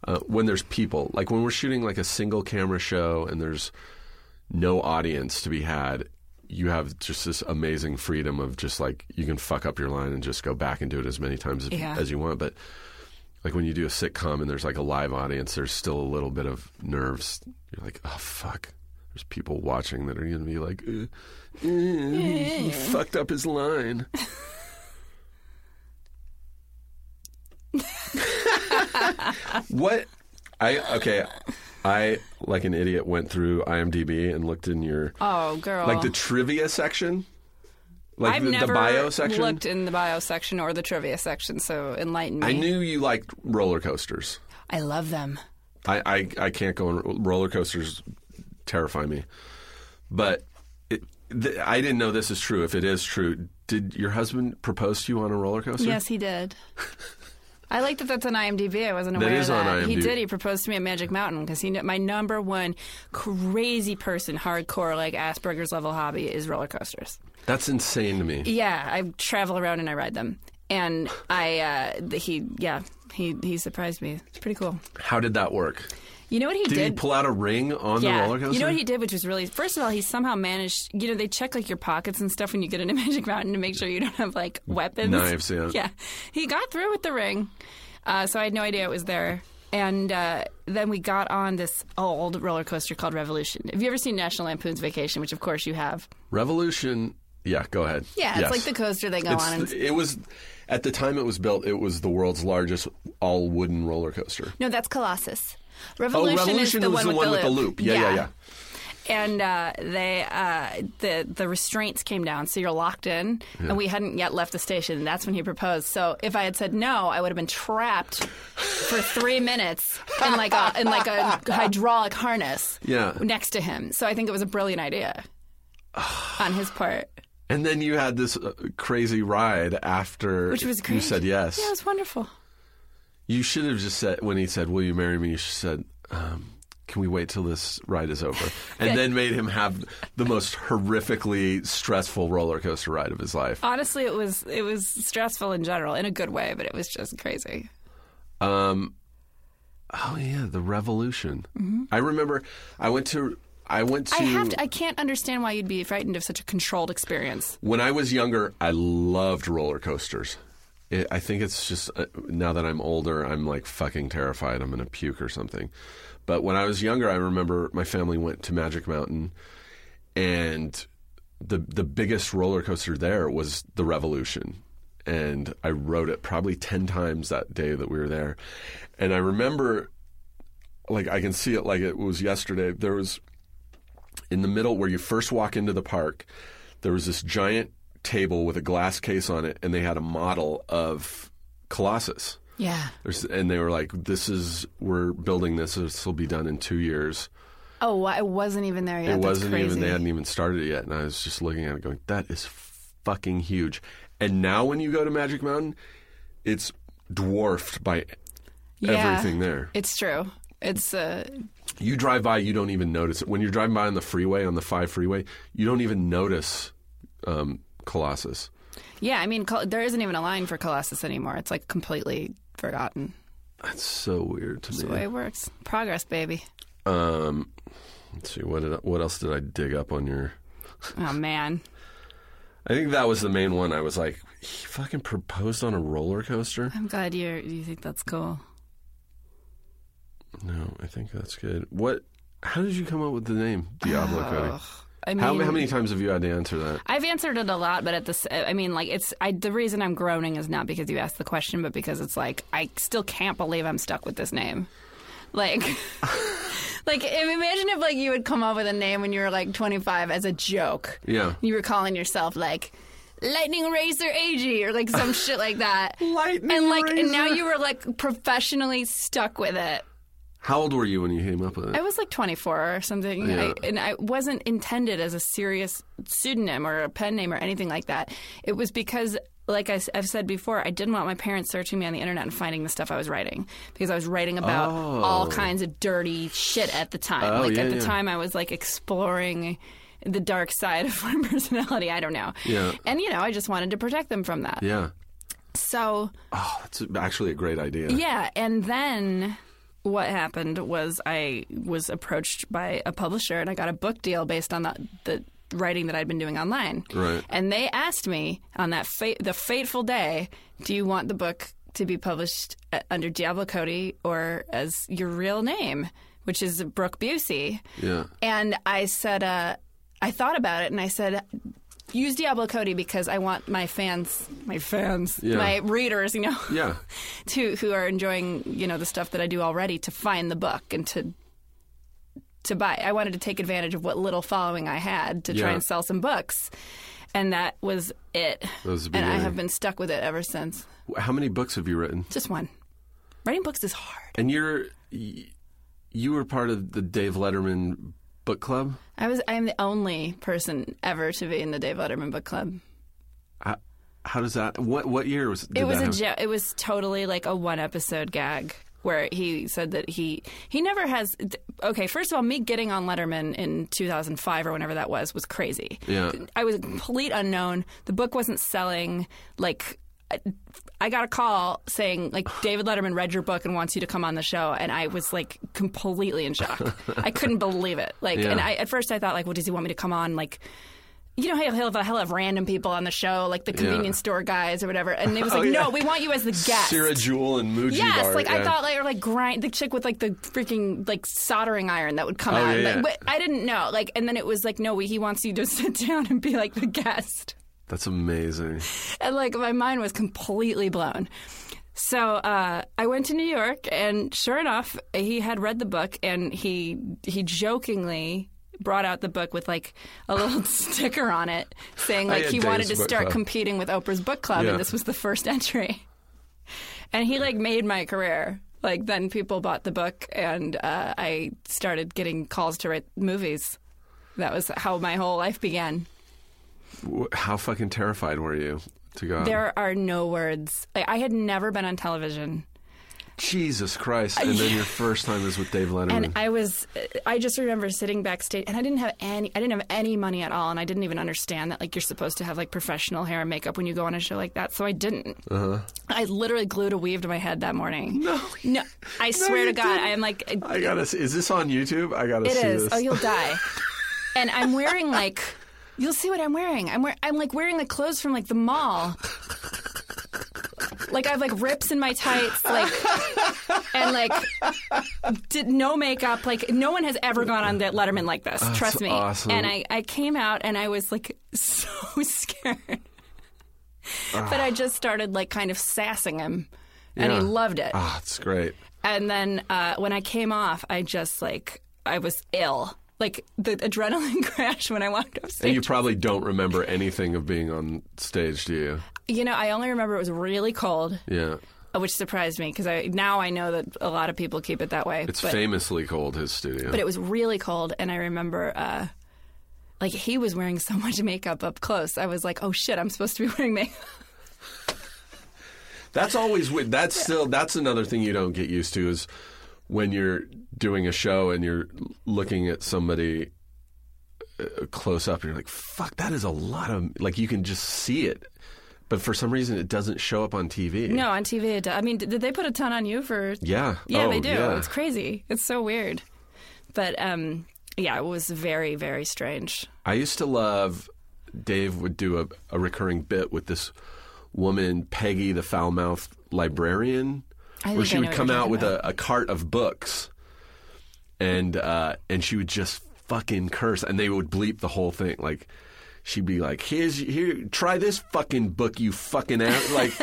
[SPEAKER 2] uh, when there's people. Like when we're shooting like a single camera show and there's, no audience to be had, you have just this amazing freedom of just like you can fuck up your line and just go back and do it as many times as,
[SPEAKER 3] Yeah.
[SPEAKER 2] as you want. But like when you do a sitcom and there's like a live audience, there's still a little bit of nerves. You're like, oh fuck, there's people watching that are going to be like, uh, uh, he fucked up his line. What? I okay. I like an idiot went through IMDb and looked in your
[SPEAKER 3] Oh, girl!
[SPEAKER 2] like the trivia section, like
[SPEAKER 3] I've
[SPEAKER 2] the,
[SPEAKER 3] never
[SPEAKER 2] the bio section.
[SPEAKER 3] looked in the bio section or the trivia section, so enlighten me.
[SPEAKER 2] I knew you liked roller coasters.
[SPEAKER 3] I love them.
[SPEAKER 2] I, I, I can't go on roller coasters. Terrify me, but it, th- I didn't know this is true. If it is true, did your husband propose to you on a roller coaster?
[SPEAKER 3] Yes, he did. I like that that's on IMDb. I wasn't
[SPEAKER 2] That
[SPEAKER 3] aware
[SPEAKER 2] is
[SPEAKER 3] of
[SPEAKER 2] on
[SPEAKER 3] that. He
[SPEAKER 2] IMDb.
[SPEAKER 3] did. He proposed to me at Magic Mountain because he kn- my number one crazy person, hardcore like Asperger's level hobby is roller coasters.
[SPEAKER 2] that's insane to me.
[SPEAKER 3] Yeah, I travel around and I ride them. And I uh, th- he yeah he he surprised me. It's pretty cool.
[SPEAKER 2] How did that work?
[SPEAKER 3] You know what he
[SPEAKER 2] Did,
[SPEAKER 3] did?
[SPEAKER 2] he pull out a ring on
[SPEAKER 3] yeah.
[SPEAKER 2] the roller coaster?
[SPEAKER 3] You know what he did, which was really first of all, he somehow managed. You know, they check like your pockets and stuff when you get into Magic Mountain to make sure you don't have like weapons,
[SPEAKER 2] Knives, yeah.
[SPEAKER 3] yeah. He got through with the ring, uh, so I had no idea it was there. And uh, then we got on this old roller coaster called Revolution. Have you ever seen National Lampoon's Vacation? Which of course you have.
[SPEAKER 2] Revolution. Yeah, go ahead.
[SPEAKER 3] Yeah,
[SPEAKER 2] Yes.
[SPEAKER 3] it's like the coaster they go
[SPEAKER 2] It's-
[SPEAKER 3] on. And,
[SPEAKER 2] it was at the time it was built. It was the world's largest all wooden roller coaster.
[SPEAKER 3] no, that's Colossus. Revolution,
[SPEAKER 2] oh,
[SPEAKER 3] is
[SPEAKER 2] Revolution
[SPEAKER 3] the
[SPEAKER 2] was
[SPEAKER 3] one,
[SPEAKER 2] the
[SPEAKER 3] with,
[SPEAKER 2] one
[SPEAKER 3] the
[SPEAKER 2] with the loop. Yeah, yeah, yeah.
[SPEAKER 3] and uh, they uh, the the restraints came down, so you're locked in, and we hadn't yet left the station. That's when he proposed. So if I had said no, I would have been trapped for three minutes in like a in like a hydraulic harness,
[SPEAKER 2] Yeah.
[SPEAKER 3] next to him. So I think it was a brilliant idea on his part,
[SPEAKER 2] And then you had this uh, crazy ride after
[SPEAKER 3] which was great.
[SPEAKER 2] you said yes.
[SPEAKER 3] Yeah, it was wonderful.
[SPEAKER 2] You should have just said when he said, "Will you marry me?" You should have said, um, "Can we wait till this ride is over?" And then made him have the most horrifically stressful roller coaster ride of his life.
[SPEAKER 3] Honestly, it was it was stressful in general, in a good way, but it was just crazy.
[SPEAKER 2] Um, oh yeah, the revolution. I remember. I went to. I went to.
[SPEAKER 3] Mm-hmm. I have to, I can't understand why you'd be frightened of such a controlled experience.
[SPEAKER 2] when I was younger, I loved roller coasters. It, I think it's just uh, now that I'm older, I'm like fucking terrified I'm going to puke or something. But when I was younger, I remember my family went to Magic Mountain, and the the biggest roller coaster there was the Revolution, and I rode it probably ten times that day that we were there, and I remember, like I can see it like it was yesterday. There was in the middle where you first walk into the park, there was this giant table with a glass case on it, and they had a model of Colossus.
[SPEAKER 3] Yeah.
[SPEAKER 2] There's, and they were like, "This is we're building this. This will be done in two years."
[SPEAKER 3] Oh, why- I wasn't even there yet.
[SPEAKER 2] it
[SPEAKER 3] That's
[SPEAKER 2] wasn't
[SPEAKER 3] crazy.
[SPEAKER 2] even they hadn't even started it yet, and I was just looking at it, going, "That is fucking huge." And now when you go to Magic Mountain, it's dwarfed by
[SPEAKER 3] Yeah.
[SPEAKER 2] everything there.
[SPEAKER 3] It's true. It's uh,
[SPEAKER 2] you drive by, you don't even notice it. When you're driving by on the freeway, on the five freeway, you don't even notice um, Colossus.
[SPEAKER 3] yeah. I mean, Col- there isn't even a line for Colossus anymore. It's like completely forgotten.
[SPEAKER 2] That's so weird to
[SPEAKER 3] That's the
[SPEAKER 2] me.
[SPEAKER 3] way it works. Progress, baby.
[SPEAKER 2] Um, let's see what did I, what else did I dig up on your?
[SPEAKER 3] Oh man.
[SPEAKER 2] I think that was the main one. I was like, he fucking proposed on a roller coaster.
[SPEAKER 3] I'm glad you you think that's cool.
[SPEAKER 2] No, I think that's good. What? How did you come up with the name Diablo Cody?
[SPEAKER 3] I mean,
[SPEAKER 2] How, how many times have you had to answer that?
[SPEAKER 3] I've answered it a lot, but at this, I mean, like it's I, the reason I'm groaning is not because you asked the question, but because it's like I still can't believe I'm stuck with this name. Like, like im- imagine if like you had come up with a name when you were like 25 as a joke.
[SPEAKER 2] Yeah.
[SPEAKER 3] you were calling yourself like Lightning Razor AG or like some shit like that.
[SPEAKER 2] Lightning
[SPEAKER 3] and like and now
[SPEAKER 2] Razor.
[SPEAKER 3] you were like professionally stuck with it.
[SPEAKER 2] How old were you when you came up with
[SPEAKER 3] I
[SPEAKER 2] it?
[SPEAKER 3] was like 24 or something,
[SPEAKER 2] Yeah.
[SPEAKER 3] I, and I wasn't intended as a serious pseudonym or a pen name or anything like that. It was because, like I, have said before, I didn't want my parents searching me on the internet and finding the stuff I was writing because I was writing about
[SPEAKER 2] Oh.
[SPEAKER 3] all kinds of dirty shit at the time.
[SPEAKER 2] Oh,
[SPEAKER 3] like
[SPEAKER 2] yeah,
[SPEAKER 3] at the
[SPEAKER 2] yeah.
[SPEAKER 3] time, I was like exploring the dark side of my personality. I don't know.
[SPEAKER 2] Yeah.
[SPEAKER 3] And you know, I just wanted to protect them from that.
[SPEAKER 2] Yeah.
[SPEAKER 3] So
[SPEAKER 2] Oh, that's actually a great idea.
[SPEAKER 3] yeah, and then what happened was I was approached by a publisher and I got a book deal based on the, the writing that I'd been doing online.
[SPEAKER 2] Right.
[SPEAKER 3] And they asked me on that fa- the fateful day, do you want the book to be published uh, under Diablo Cody or as your real name, which is Brooke Busey?
[SPEAKER 2] Yeah.
[SPEAKER 3] And I said, uh, I thought about it, and I said, use Diablo Cody because I want my fans, my fans,
[SPEAKER 2] Yeah.
[SPEAKER 3] my readers, you know,
[SPEAKER 2] Yeah.
[SPEAKER 3] to who are enjoying, you know, the stuff that I do already, to find the book and to to buy. I wanted to take advantage of what little following I had to try
[SPEAKER 2] Yeah.
[SPEAKER 3] and sell some books, and that was it.
[SPEAKER 2] was the
[SPEAKER 3] and I
[SPEAKER 2] beginning.
[SPEAKER 3] have been stuck with it ever since.
[SPEAKER 2] How many books have you written?
[SPEAKER 3] Just one. Writing books is hard.
[SPEAKER 2] And you're y- you were part of the Dave Letterman book club.
[SPEAKER 3] I was. I am the only person ever to be in the Dave Letterman book club.
[SPEAKER 2] How, how does that? What what year was? Did
[SPEAKER 3] it was
[SPEAKER 2] that
[SPEAKER 3] a
[SPEAKER 2] happen?
[SPEAKER 3] jo- it was totally like a one episode gag where he said that he he never has th- okay first of all me getting on letterman in 2005 or whenever that was was crazy
[SPEAKER 2] Yeah.
[SPEAKER 3] i was a complete unknown the book wasn't selling like I- I got a call saying like David Letterman read your book and wants you to come on the show, and I was like completely in shock. I couldn't believe it. Like, and
[SPEAKER 2] Yeah.
[SPEAKER 3] I, at first I thought like, well, does he want me to come on like? You know, he'll, he'll, have, he'll have random people on the show, like the convenience store guys or whatever. And it was
[SPEAKER 2] Oh,
[SPEAKER 3] like,
[SPEAKER 2] yeah.
[SPEAKER 3] no, we want you as the guest.
[SPEAKER 2] Sarah Jewell and Muji
[SPEAKER 3] yes,
[SPEAKER 2] Bar,
[SPEAKER 3] like I
[SPEAKER 2] yeah.
[SPEAKER 3] thought, like or like grind the chick with like the freaking like soldering iron that would come
[SPEAKER 2] Oh,
[SPEAKER 3] out.
[SPEAKER 2] yeah,
[SPEAKER 3] like,
[SPEAKER 2] yeah.
[SPEAKER 3] but I didn't know. Like, and then it was like, no, we, he wants you to sit down and be like the guest
[SPEAKER 2] That's amazing.
[SPEAKER 3] and like my mind was completely blown. So uh, I went to New York, and sure enough, he had read the book, and he he jokingly brought out the book with like a little sticker on it saying
[SPEAKER 2] I
[SPEAKER 3] like
[SPEAKER 2] had
[SPEAKER 3] he wanted
[SPEAKER 2] Dave's
[SPEAKER 3] to
[SPEAKER 2] book
[SPEAKER 3] start
[SPEAKER 2] club.
[SPEAKER 3] competing with Oprah's book club,
[SPEAKER 2] Yeah.
[SPEAKER 3] and this was the first entry. And he like made my career. Like then people bought the book, and uh, I started getting calls to write movies. That was how my whole life began.
[SPEAKER 2] Wh- How fucking terrified were you to go? out?
[SPEAKER 3] There are no words. Like, I had never been on television.
[SPEAKER 2] Jesus Christ! And then your first time is with Dave Letterman.
[SPEAKER 3] And I was, I just remember sitting backstage, and I didn't have any, I didn't have any money at all, and I didn't even understand that like you're supposed to have like professional hair and makeup when you go on a show like that, so I didn't. I literally glued a weave to my head that morning. No, no, I swear
[SPEAKER 2] you
[SPEAKER 3] to God,
[SPEAKER 2] didn't.
[SPEAKER 3] I am like, it
[SPEAKER 2] I gotta. see- Is this on YouTube? I gotta
[SPEAKER 3] is.
[SPEAKER 2] see this.
[SPEAKER 3] Oh, you'll die. and I'm wearing like, you'll see what I'm wearing. I'm wear, I'm like wearing the clothes from like the mall. Like I have like rips in my tights, like and like did no makeup. Like no one has ever gone on that Letterman like this. trust me.
[SPEAKER 2] awesome.
[SPEAKER 3] And I, I came out and I was like so scared. but I just started like kind of sassing him, and he
[SPEAKER 2] Ah. Yeah.
[SPEAKER 3] loved it.
[SPEAKER 2] Ah, it's great.
[SPEAKER 3] And then uh, when I came off, I just like I was ill. Like the adrenaline crash when I walked off
[SPEAKER 2] And
[SPEAKER 3] stage.
[SPEAKER 2] you probably don't remember anything of being on stage, do you?
[SPEAKER 3] you know, I only remember it was really cold,
[SPEAKER 2] Yeah.
[SPEAKER 3] uh, which surprised me because I now I know that a lot of people keep it that way.
[SPEAKER 2] It's
[SPEAKER 3] but,
[SPEAKER 2] famously cold, his studio.
[SPEAKER 3] but it was really cold, and I remember. Uh, like he was wearing so much makeup up close. I was like, "Oh shit, I'm supposed to be wearing makeup."
[SPEAKER 2] That's always weird. That's still that's another thing you don't get used to is when you're doing a show and you're looking at somebody uh, close up. You're like, fuck, that is a lot of like you can just see it, but for some reason it doesn't show up on TV.
[SPEAKER 3] No, on TV. It, I mean, did did they put a ton on you for?
[SPEAKER 2] Yeah.
[SPEAKER 3] Yeah,
[SPEAKER 2] Oh,
[SPEAKER 3] they do.
[SPEAKER 2] yeah.
[SPEAKER 3] It's crazy. It's so weird. But um, yeah, it was very, very strange.
[SPEAKER 2] I used to love Dave would do a, a recurring bit with this woman, Peggy the foul mouthed librarian,
[SPEAKER 3] I
[SPEAKER 2] where
[SPEAKER 3] think
[SPEAKER 2] she
[SPEAKER 3] I know
[SPEAKER 2] would
[SPEAKER 3] what
[SPEAKER 2] come
[SPEAKER 3] you're
[SPEAKER 2] out
[SPEAKER 3] talking
[SPEAKER 2] with a, a cart of books and uh, and she would just fucking curse and they would bleep the whole thing. Like she'd be like, Here's here try this fucking book, you fucking ass like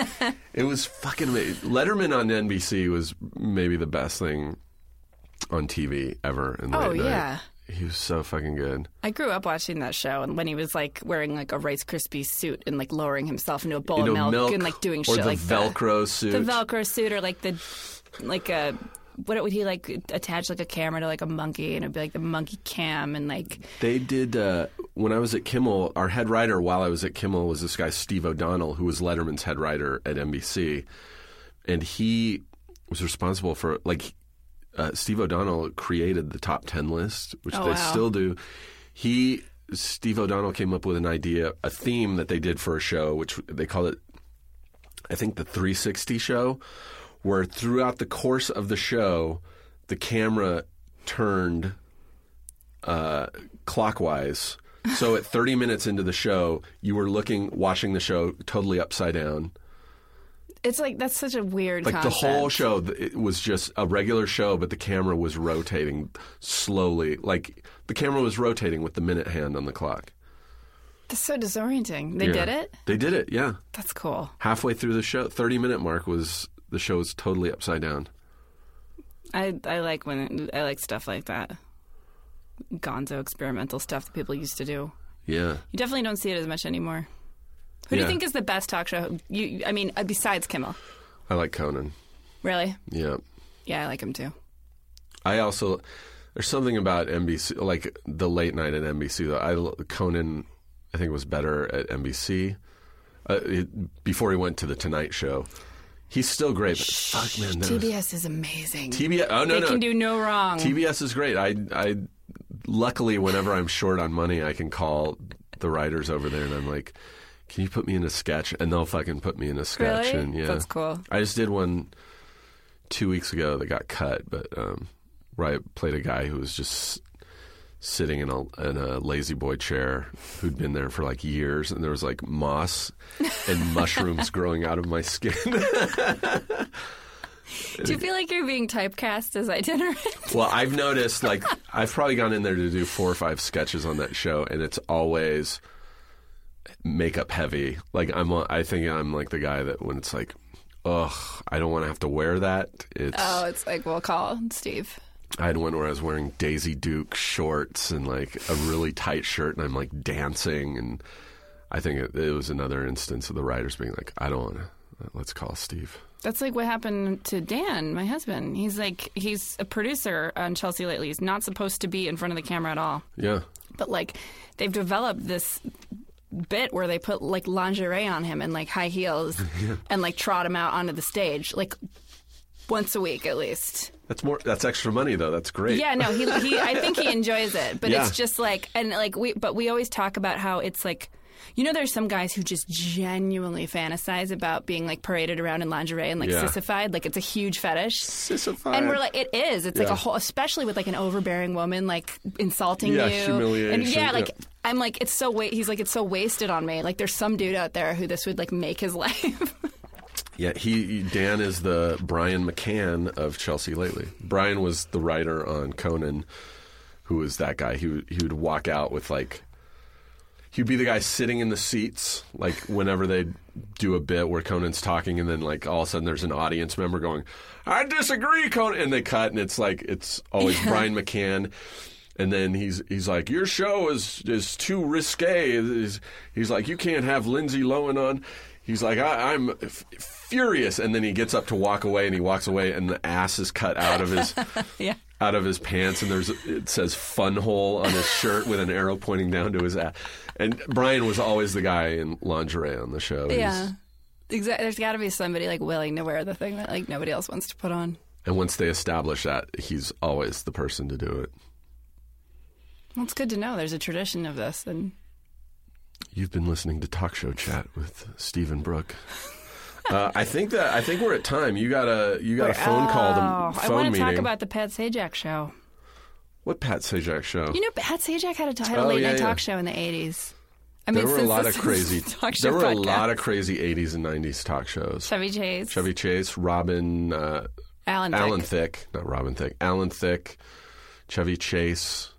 [SPEAKER 2] it was fucking ama- Letterman on NBC was maybe the best thing on TV ever in the
[SPEAKER 3] Oh,
[SPEAKER 2] late night.
[SPEAKER 3] yeah.
[SPEAKER 2] He was so fucking good.
[SPEAKER 3] I grew up watching that show, and when he was like wearing like a Rice Krispie suit and like lowering himself into a bowl
[SPEAKER 2] you know,
[SPEAKER 3] of milk, and like doing
[SPEAKER 2] or
[SPEAKER 3] shit
[SPEAKER 2] the
[SPEAKER 3] like
[SPEAKER 2] Velcro suit.
[SPEAKER 3] the, the Velcro suit, or like the like a what would he like attach like a camera to like a monkey, and it'd be like the monkey cam, and like
[SPEAKER 2] They did uh, when I was at Kimmel. Our head writer while I was at Kimmel was this guy Steve O'Donnell, who was Letterman's head writer at NBC, and he was responsible for like uh, Steve O'Donnell created the top ten list, which they
[SPEAKER 3] wow.
[SPEAKER 2] still do. He Steve O'Donnell came up with an idea, a theme that they did for a show, which they called it I think the 360 show, where throughout the course of the show, the camera turned uh, clockwise. So at 30 minutes into the show, you were looking, watching the show totally upside down.
[SPEAKER 3] it's like that's such a weird
[SPEAKER 2] Like
[SPEAKER 3] concept.
[SPEAKER 2] the whole show th- it was just a regular show, but the camera was rotating slowly. Like the camera was rotating with the minute hand on the clock.
[SPEAKER 3] That's so disorienting. They
[SPEAKER 2] Yeah.
[SPEAKER 3] did it.
[SPEAKER 2] They did it, yeah.
[SPEAKER 3] That's cool.
[SPEAKER 2] Halfway through the show, 30 minute mark was the show was totally upside down.
[SPEAKER 3] I I like when I like stuff like that. Gonzo experimental stuff that people used to do.
[SPEAKER 2] Yeah.
[SPEAKER 3] You definitely don't see it as much anymore. Who do
[SPEAKER 2] Yeah.
[SPEAKER 3] you think is the best talk show? You, you- I mean, uh, besides Kimmel,
[SPEAKER 2] I like Conan.
[SPEAKER 3] really?
[SPEAKER 2] Yeah.
[SPEAKER 3] Yeah, I like him too.
[SPEAKER 2] I also there's something about NBC like the late night at NBC though. I l- Conan I think was better at NBC uh, it, before he went to the Tonight Show. He's still great. But fuck man, there was-
[SPEAKER 3] TBS is amazing.
[SPEAKER 2] TBS. Oh no
[SPEAKER 3] they
[SPEAKER 2] no.
[SPEAKER 3] can do no wrong.
[SPEAKER 2] TBS is great. I I luckily whenever I'm short on money, I can call the writers over there and I'm like, "Can you put me in a sketch?" And they'll fucking put me in a sketch.
[SPEAKER 3] Really?
[SPEAKER 2] And yeah,
[SPEAKER 3] That's cool.
[SPEAKER 2] I just did one two weeks ago that got cut, but um, where I played a guy who was just sitting in a in a lazy boy chair who'd been there for like years and there was like moss and mushrooms growing out of my skin.
[SPEAKER 3] do you feel like you're being typecast as itinerant?
[SPEAKER 2] Well, I've noticed like I've probably gone in there to do four or five sketches on that show, and it's always makeup heavy. Like I'm, I think I'm like the guy that when it's like, ugh, I don't want to have to wear that. It's
[SPEAKER 3] oh, it's like we'll call Steve.
[SPEAKER 2] I had one where I was wearing Daisy Duke shorts and like a really tight shirt, and I'm like dancing. And I think it, it was another instance of the writers being like, I don't want to, let's call Steve.
[SPEAKER 3] That's like what happened to Dan, my husband. He's like he's a producer on Chelsea lately. He's not supposed to be in front of the camera at all.
[SPEAKER 2] Yeah.
[SPEAKER 3] But like they've developed this bit where they put like lingerie on him and like high heels and like trot him out onto the stage like once a week at least.
[SPEAKER 2] That's more, that's extra money though. That's great.
[SPEAKER 3] Yeah, no, he, he I think he enjoys it, but
[SPEAKER 2] Yeah.
[SPEAKER 3] it's just like and like we but we always talk about how it's like you know there's some guys who just genuinely fantasize about being like paraded around in lingerie and like
[SPEAKER 2] Yeah.
[SPEAKER 3] sissified, like it's a huge fetish.
[SPEAKER 2] Sissified.
[SPEAKER 3] And we're like it is. It's like
[SPEAKER 2] Yeah.
[SPEAKER 3] a whole especially with like an overbearing woman like insulting
[SPEAKER 2] Yeah,
[SPEAKER 3] you.
[SPEAKER 2] humiliation,
[SPEAKER 3] And yeah, like
[SPEAKER 2] yeah.
[SPEAKER 3] I'm like it's so wa- he's like it's so wasted on me. Like there's some dude out there who this would like make his life.
[SPEAKER 2] Yeah, he Dan is the Brian McCann of Chelsea lately. Brian was the writer on Conan, who was that guy. He would- he would walk out with like, he'd be the guy sitting in the seats, like whenever they do a bit where Conan's talking, and then like all of a sudden there's an audience member going, "I disagree, Conan," and they cut, and it's like it's always Brian McCann. And then he's he's like, your show is is too risque. He's, he's like, you can't have Lindsay Lohan on. He's like, I, I'm f- furious. And then he gets up to walk away, and he walks away, and the ass is cut out of his
[SPEAKER 3] yeah.
[SPEAKER 2] out of his pants, and there's it says "fun hole" on his shirt with an arrow pointing down to his ass. And Brian was always the guy in lingerie on the show. He's-
[SPEAKER 3] Yeah. Exactly. There's got to be somebody like willing to wear the thing that like nobody else wants to put on.
[SPEAKER 2] And once they establish that, he's always the person to do it.
[SPEAKER 3] Well, it's good to know there's a tradition of this, and
[SPEAKER 2] You've been listening to Talk Show Chat with Stephen Brooke. Uh, I think that I think we're at time. You got a you got a phone call
[SPEAKER 3] Oh,
[SPEAKER 2] to
[SPEAKER 3] I
[SPEAKER 2] phone
[SPEAKER 3] want to
[SPEAKER 2] meeting.
[SPEAKER 3] talk about the Pat Sajak show.
[SPEAKER 2] what Pat Sajak show?
[SPEAKER 3] You know, Pat Sajak had a, had a
[SPEAKER 2] Oh,
[SPEAKER 3] late
[SPEAKER 2] yeah,
[SPEAKER 3] night
[SPEAKER 2] yeah.
[SPEAKER 3] talk show in the '80s. I
[SPEAKER 2] there were a
[SPEAKER 3] since
[SPEAKER 2] lot of
[SPEAKER 3] this
[SPEAKER 2] crazy.
[SPEAKER 3] talk show
[SPEAKER 2] There were a lot
[SPEAKER 3] podcast.
[SPEAKER 2] of crazy '80s and '90s talk shows.
[SPEAKER 3] Chevy Chase,
[SPEAKER 2] Chevy Chase, Robin. Uh,
[SPEAKER 3] Alan, Thicke.
[SPEAKER 2] Alan Thick, not Robin Thick. Alan Thick, Chevy Chase.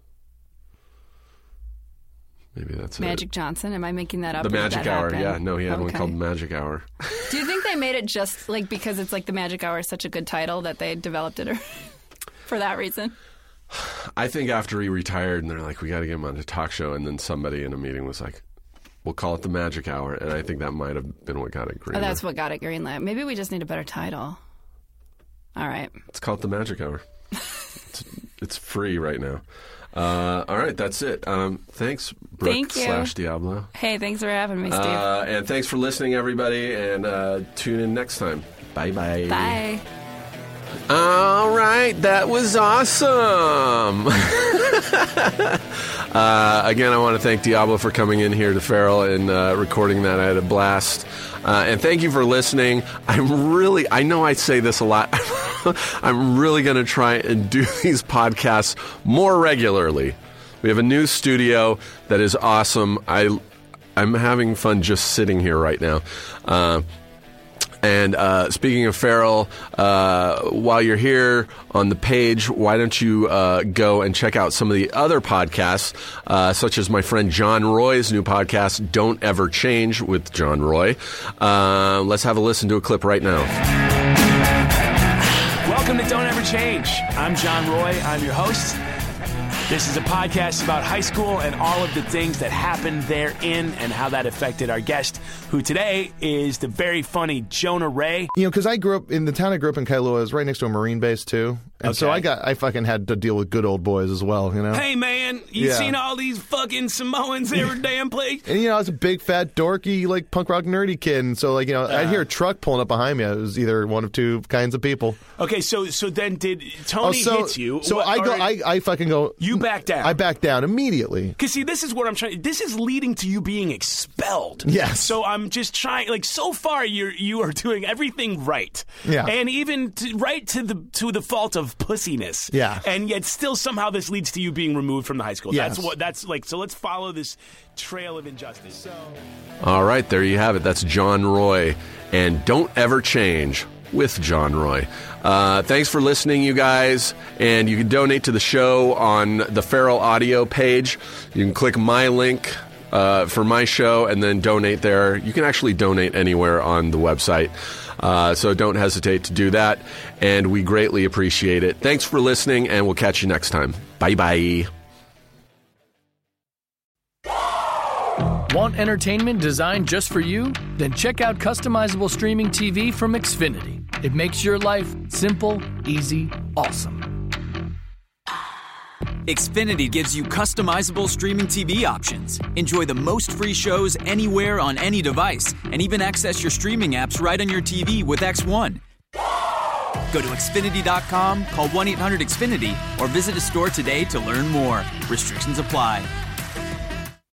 [SPEAKER 2] Maybe that's
[SPEAKER 3] Magic Johnson. Am I making that
[SPEAKER 2] it.
[SPEAKER 3] up?
[SPEAKER 2] The
[SPEAKER 3] or did
[SPEAKER 2] Magic
[SPEAKER 3] that
[SPEAKER 2] Hour.
[SPEAKER 3] happen?
[SPEAKER 2] Yeah, no, he had one
[SPEAKER 3] Okay.
[SPEAKER 2] called Magic Hour.
[SPEAKER 3] Do you think they made it just like because it's like the Magic Hour is such a good title that they developed it for that reason? Oh,
[SPEAKER 2] I think after he retired, and they're like, we got to get him on a talk show, and then somebody in a meeting was like, we'll call it the Magic Hour, and I think that might have been what got it green.
[SPEAKER 3] Oh, that's what got it greenlit. Maybe we just need a better title. All right.
[SPEAKER 2] It's called the Magic Hour. it's, it's free right now. Uh, all right, that's it. Um, thanks, Brooke
[SPEAKER 3] Thank you.
[SPEAKER 2] slash Diablo.
[SPEAKER 3] Hey, thanks for having me, Steve.
[SPEAKER 2] Uh, and thanks for listening, everybody, and uh, tune in next time. Bye bye.
[SPEAKER 3] Bye.
[SPEAKER 2] All right, that was awesome. uh, again, I want to thank Diablo for coming in here to Farrell and uh, recording that. I had a blast. Uh, and thank you for listening. I'm really, I know I say this a lot. I'm really going to try and do these podcasts more regularly. We have a new studio that is awesome. I, I'm having fun just sitting here right now. Uh, and uh, speaking of Farrell, uh, while you're here on the page, why don't you uh, go and check out some of the other podcasts, uh, such as my friend John Roy's new podcast, Don't Ever Change with John Roy. Uh, let's have a listen to a clip right now.
[SPEAKER 5] Welcome to Don't Ever Change. I'm John Roy. I'm your host. This is a podcast about high school and all of the things that happened therein and how that affected our guest, who today is the very funny Jonah Ray.
[SPEAKER 6] You know, because I grew up in the town I grew up in, Kailua, is right next to a Marine base too, and so
[SPEAKER 5] Okay.
[SPEAKER 6] I got I fucking had to deal with good old boys as well. You know,
[SPEAKER 5] Hey, man, you
[SPEAKER 6] Yeah.
[SPEAKER 5] seen all these fucking Samoans every damn place?
[SPEAKER 6] and you know I was a big fat dorky like punk rock nerdy kid, and so like you know I'd hear a truck pulling up behind me. It was either one of two kinds of people.
[SPEAKER 5] Okay, so so then did Tony
[SPEAKER 6] Oh, so
[SPEAKER 5] hits you?
[SPEAKER 6] so
[SPEAKER 5] What-
[SPEAKER 6] I go
[SPEAKER 5] or-
[SPEAKER 6] I, I fucking go.
[SPEAKER 5] You back down.
[SPEAKER 6] I back down immediately.
[SPEAKER 5] Because see, this is what I'm trying. This is leading to you being expelled.
[SPEAKER 6] Yes.
[SPEAKER 5] So I'm just trying. Like so far, you're you are doing everything right.
[SPEAKER 6] Yeah.
[SPEAKER 5] And even to, right to the to the fault of pussiness.
[SPEAKER 6] Yeah.
[SPEAKER 5] And yet, still somehow this leads to you being removed from the high school. That's
[SPEAKER 6] Yes.
[SPEAKER 5] what. That's like. So let's follow this trail of injustice.
[SPEAKER 2] All right, there you have it. That's John Roy. And Don't Ever Change with John Roy. Uh, thanks for listening, you guys. And you can donate to the show on the Farrell Audio page. You can click my link uh, for my show and then donate there. You can actually donate anywhere on the website. Uh, so don't hesitate to do that. And we greatly appreciate it. Thanks for listening, and we'll catch you next time. Bye bye.
[SPEAKER 7] Want entertainment designed just for you? Then check out customizable streaming TV from Xfinity. It makes your life simple, easy, awesome.
[SPEAKER 1] Xfinity gives you customizable streaming TV options. Enjoy the most free shows anywhere on any device, and even access your streaming apps right on your TV with X1. Go to Xfinity.com, call 1 800 Xfinity, or visit a store today to learn more. Restrictions apply.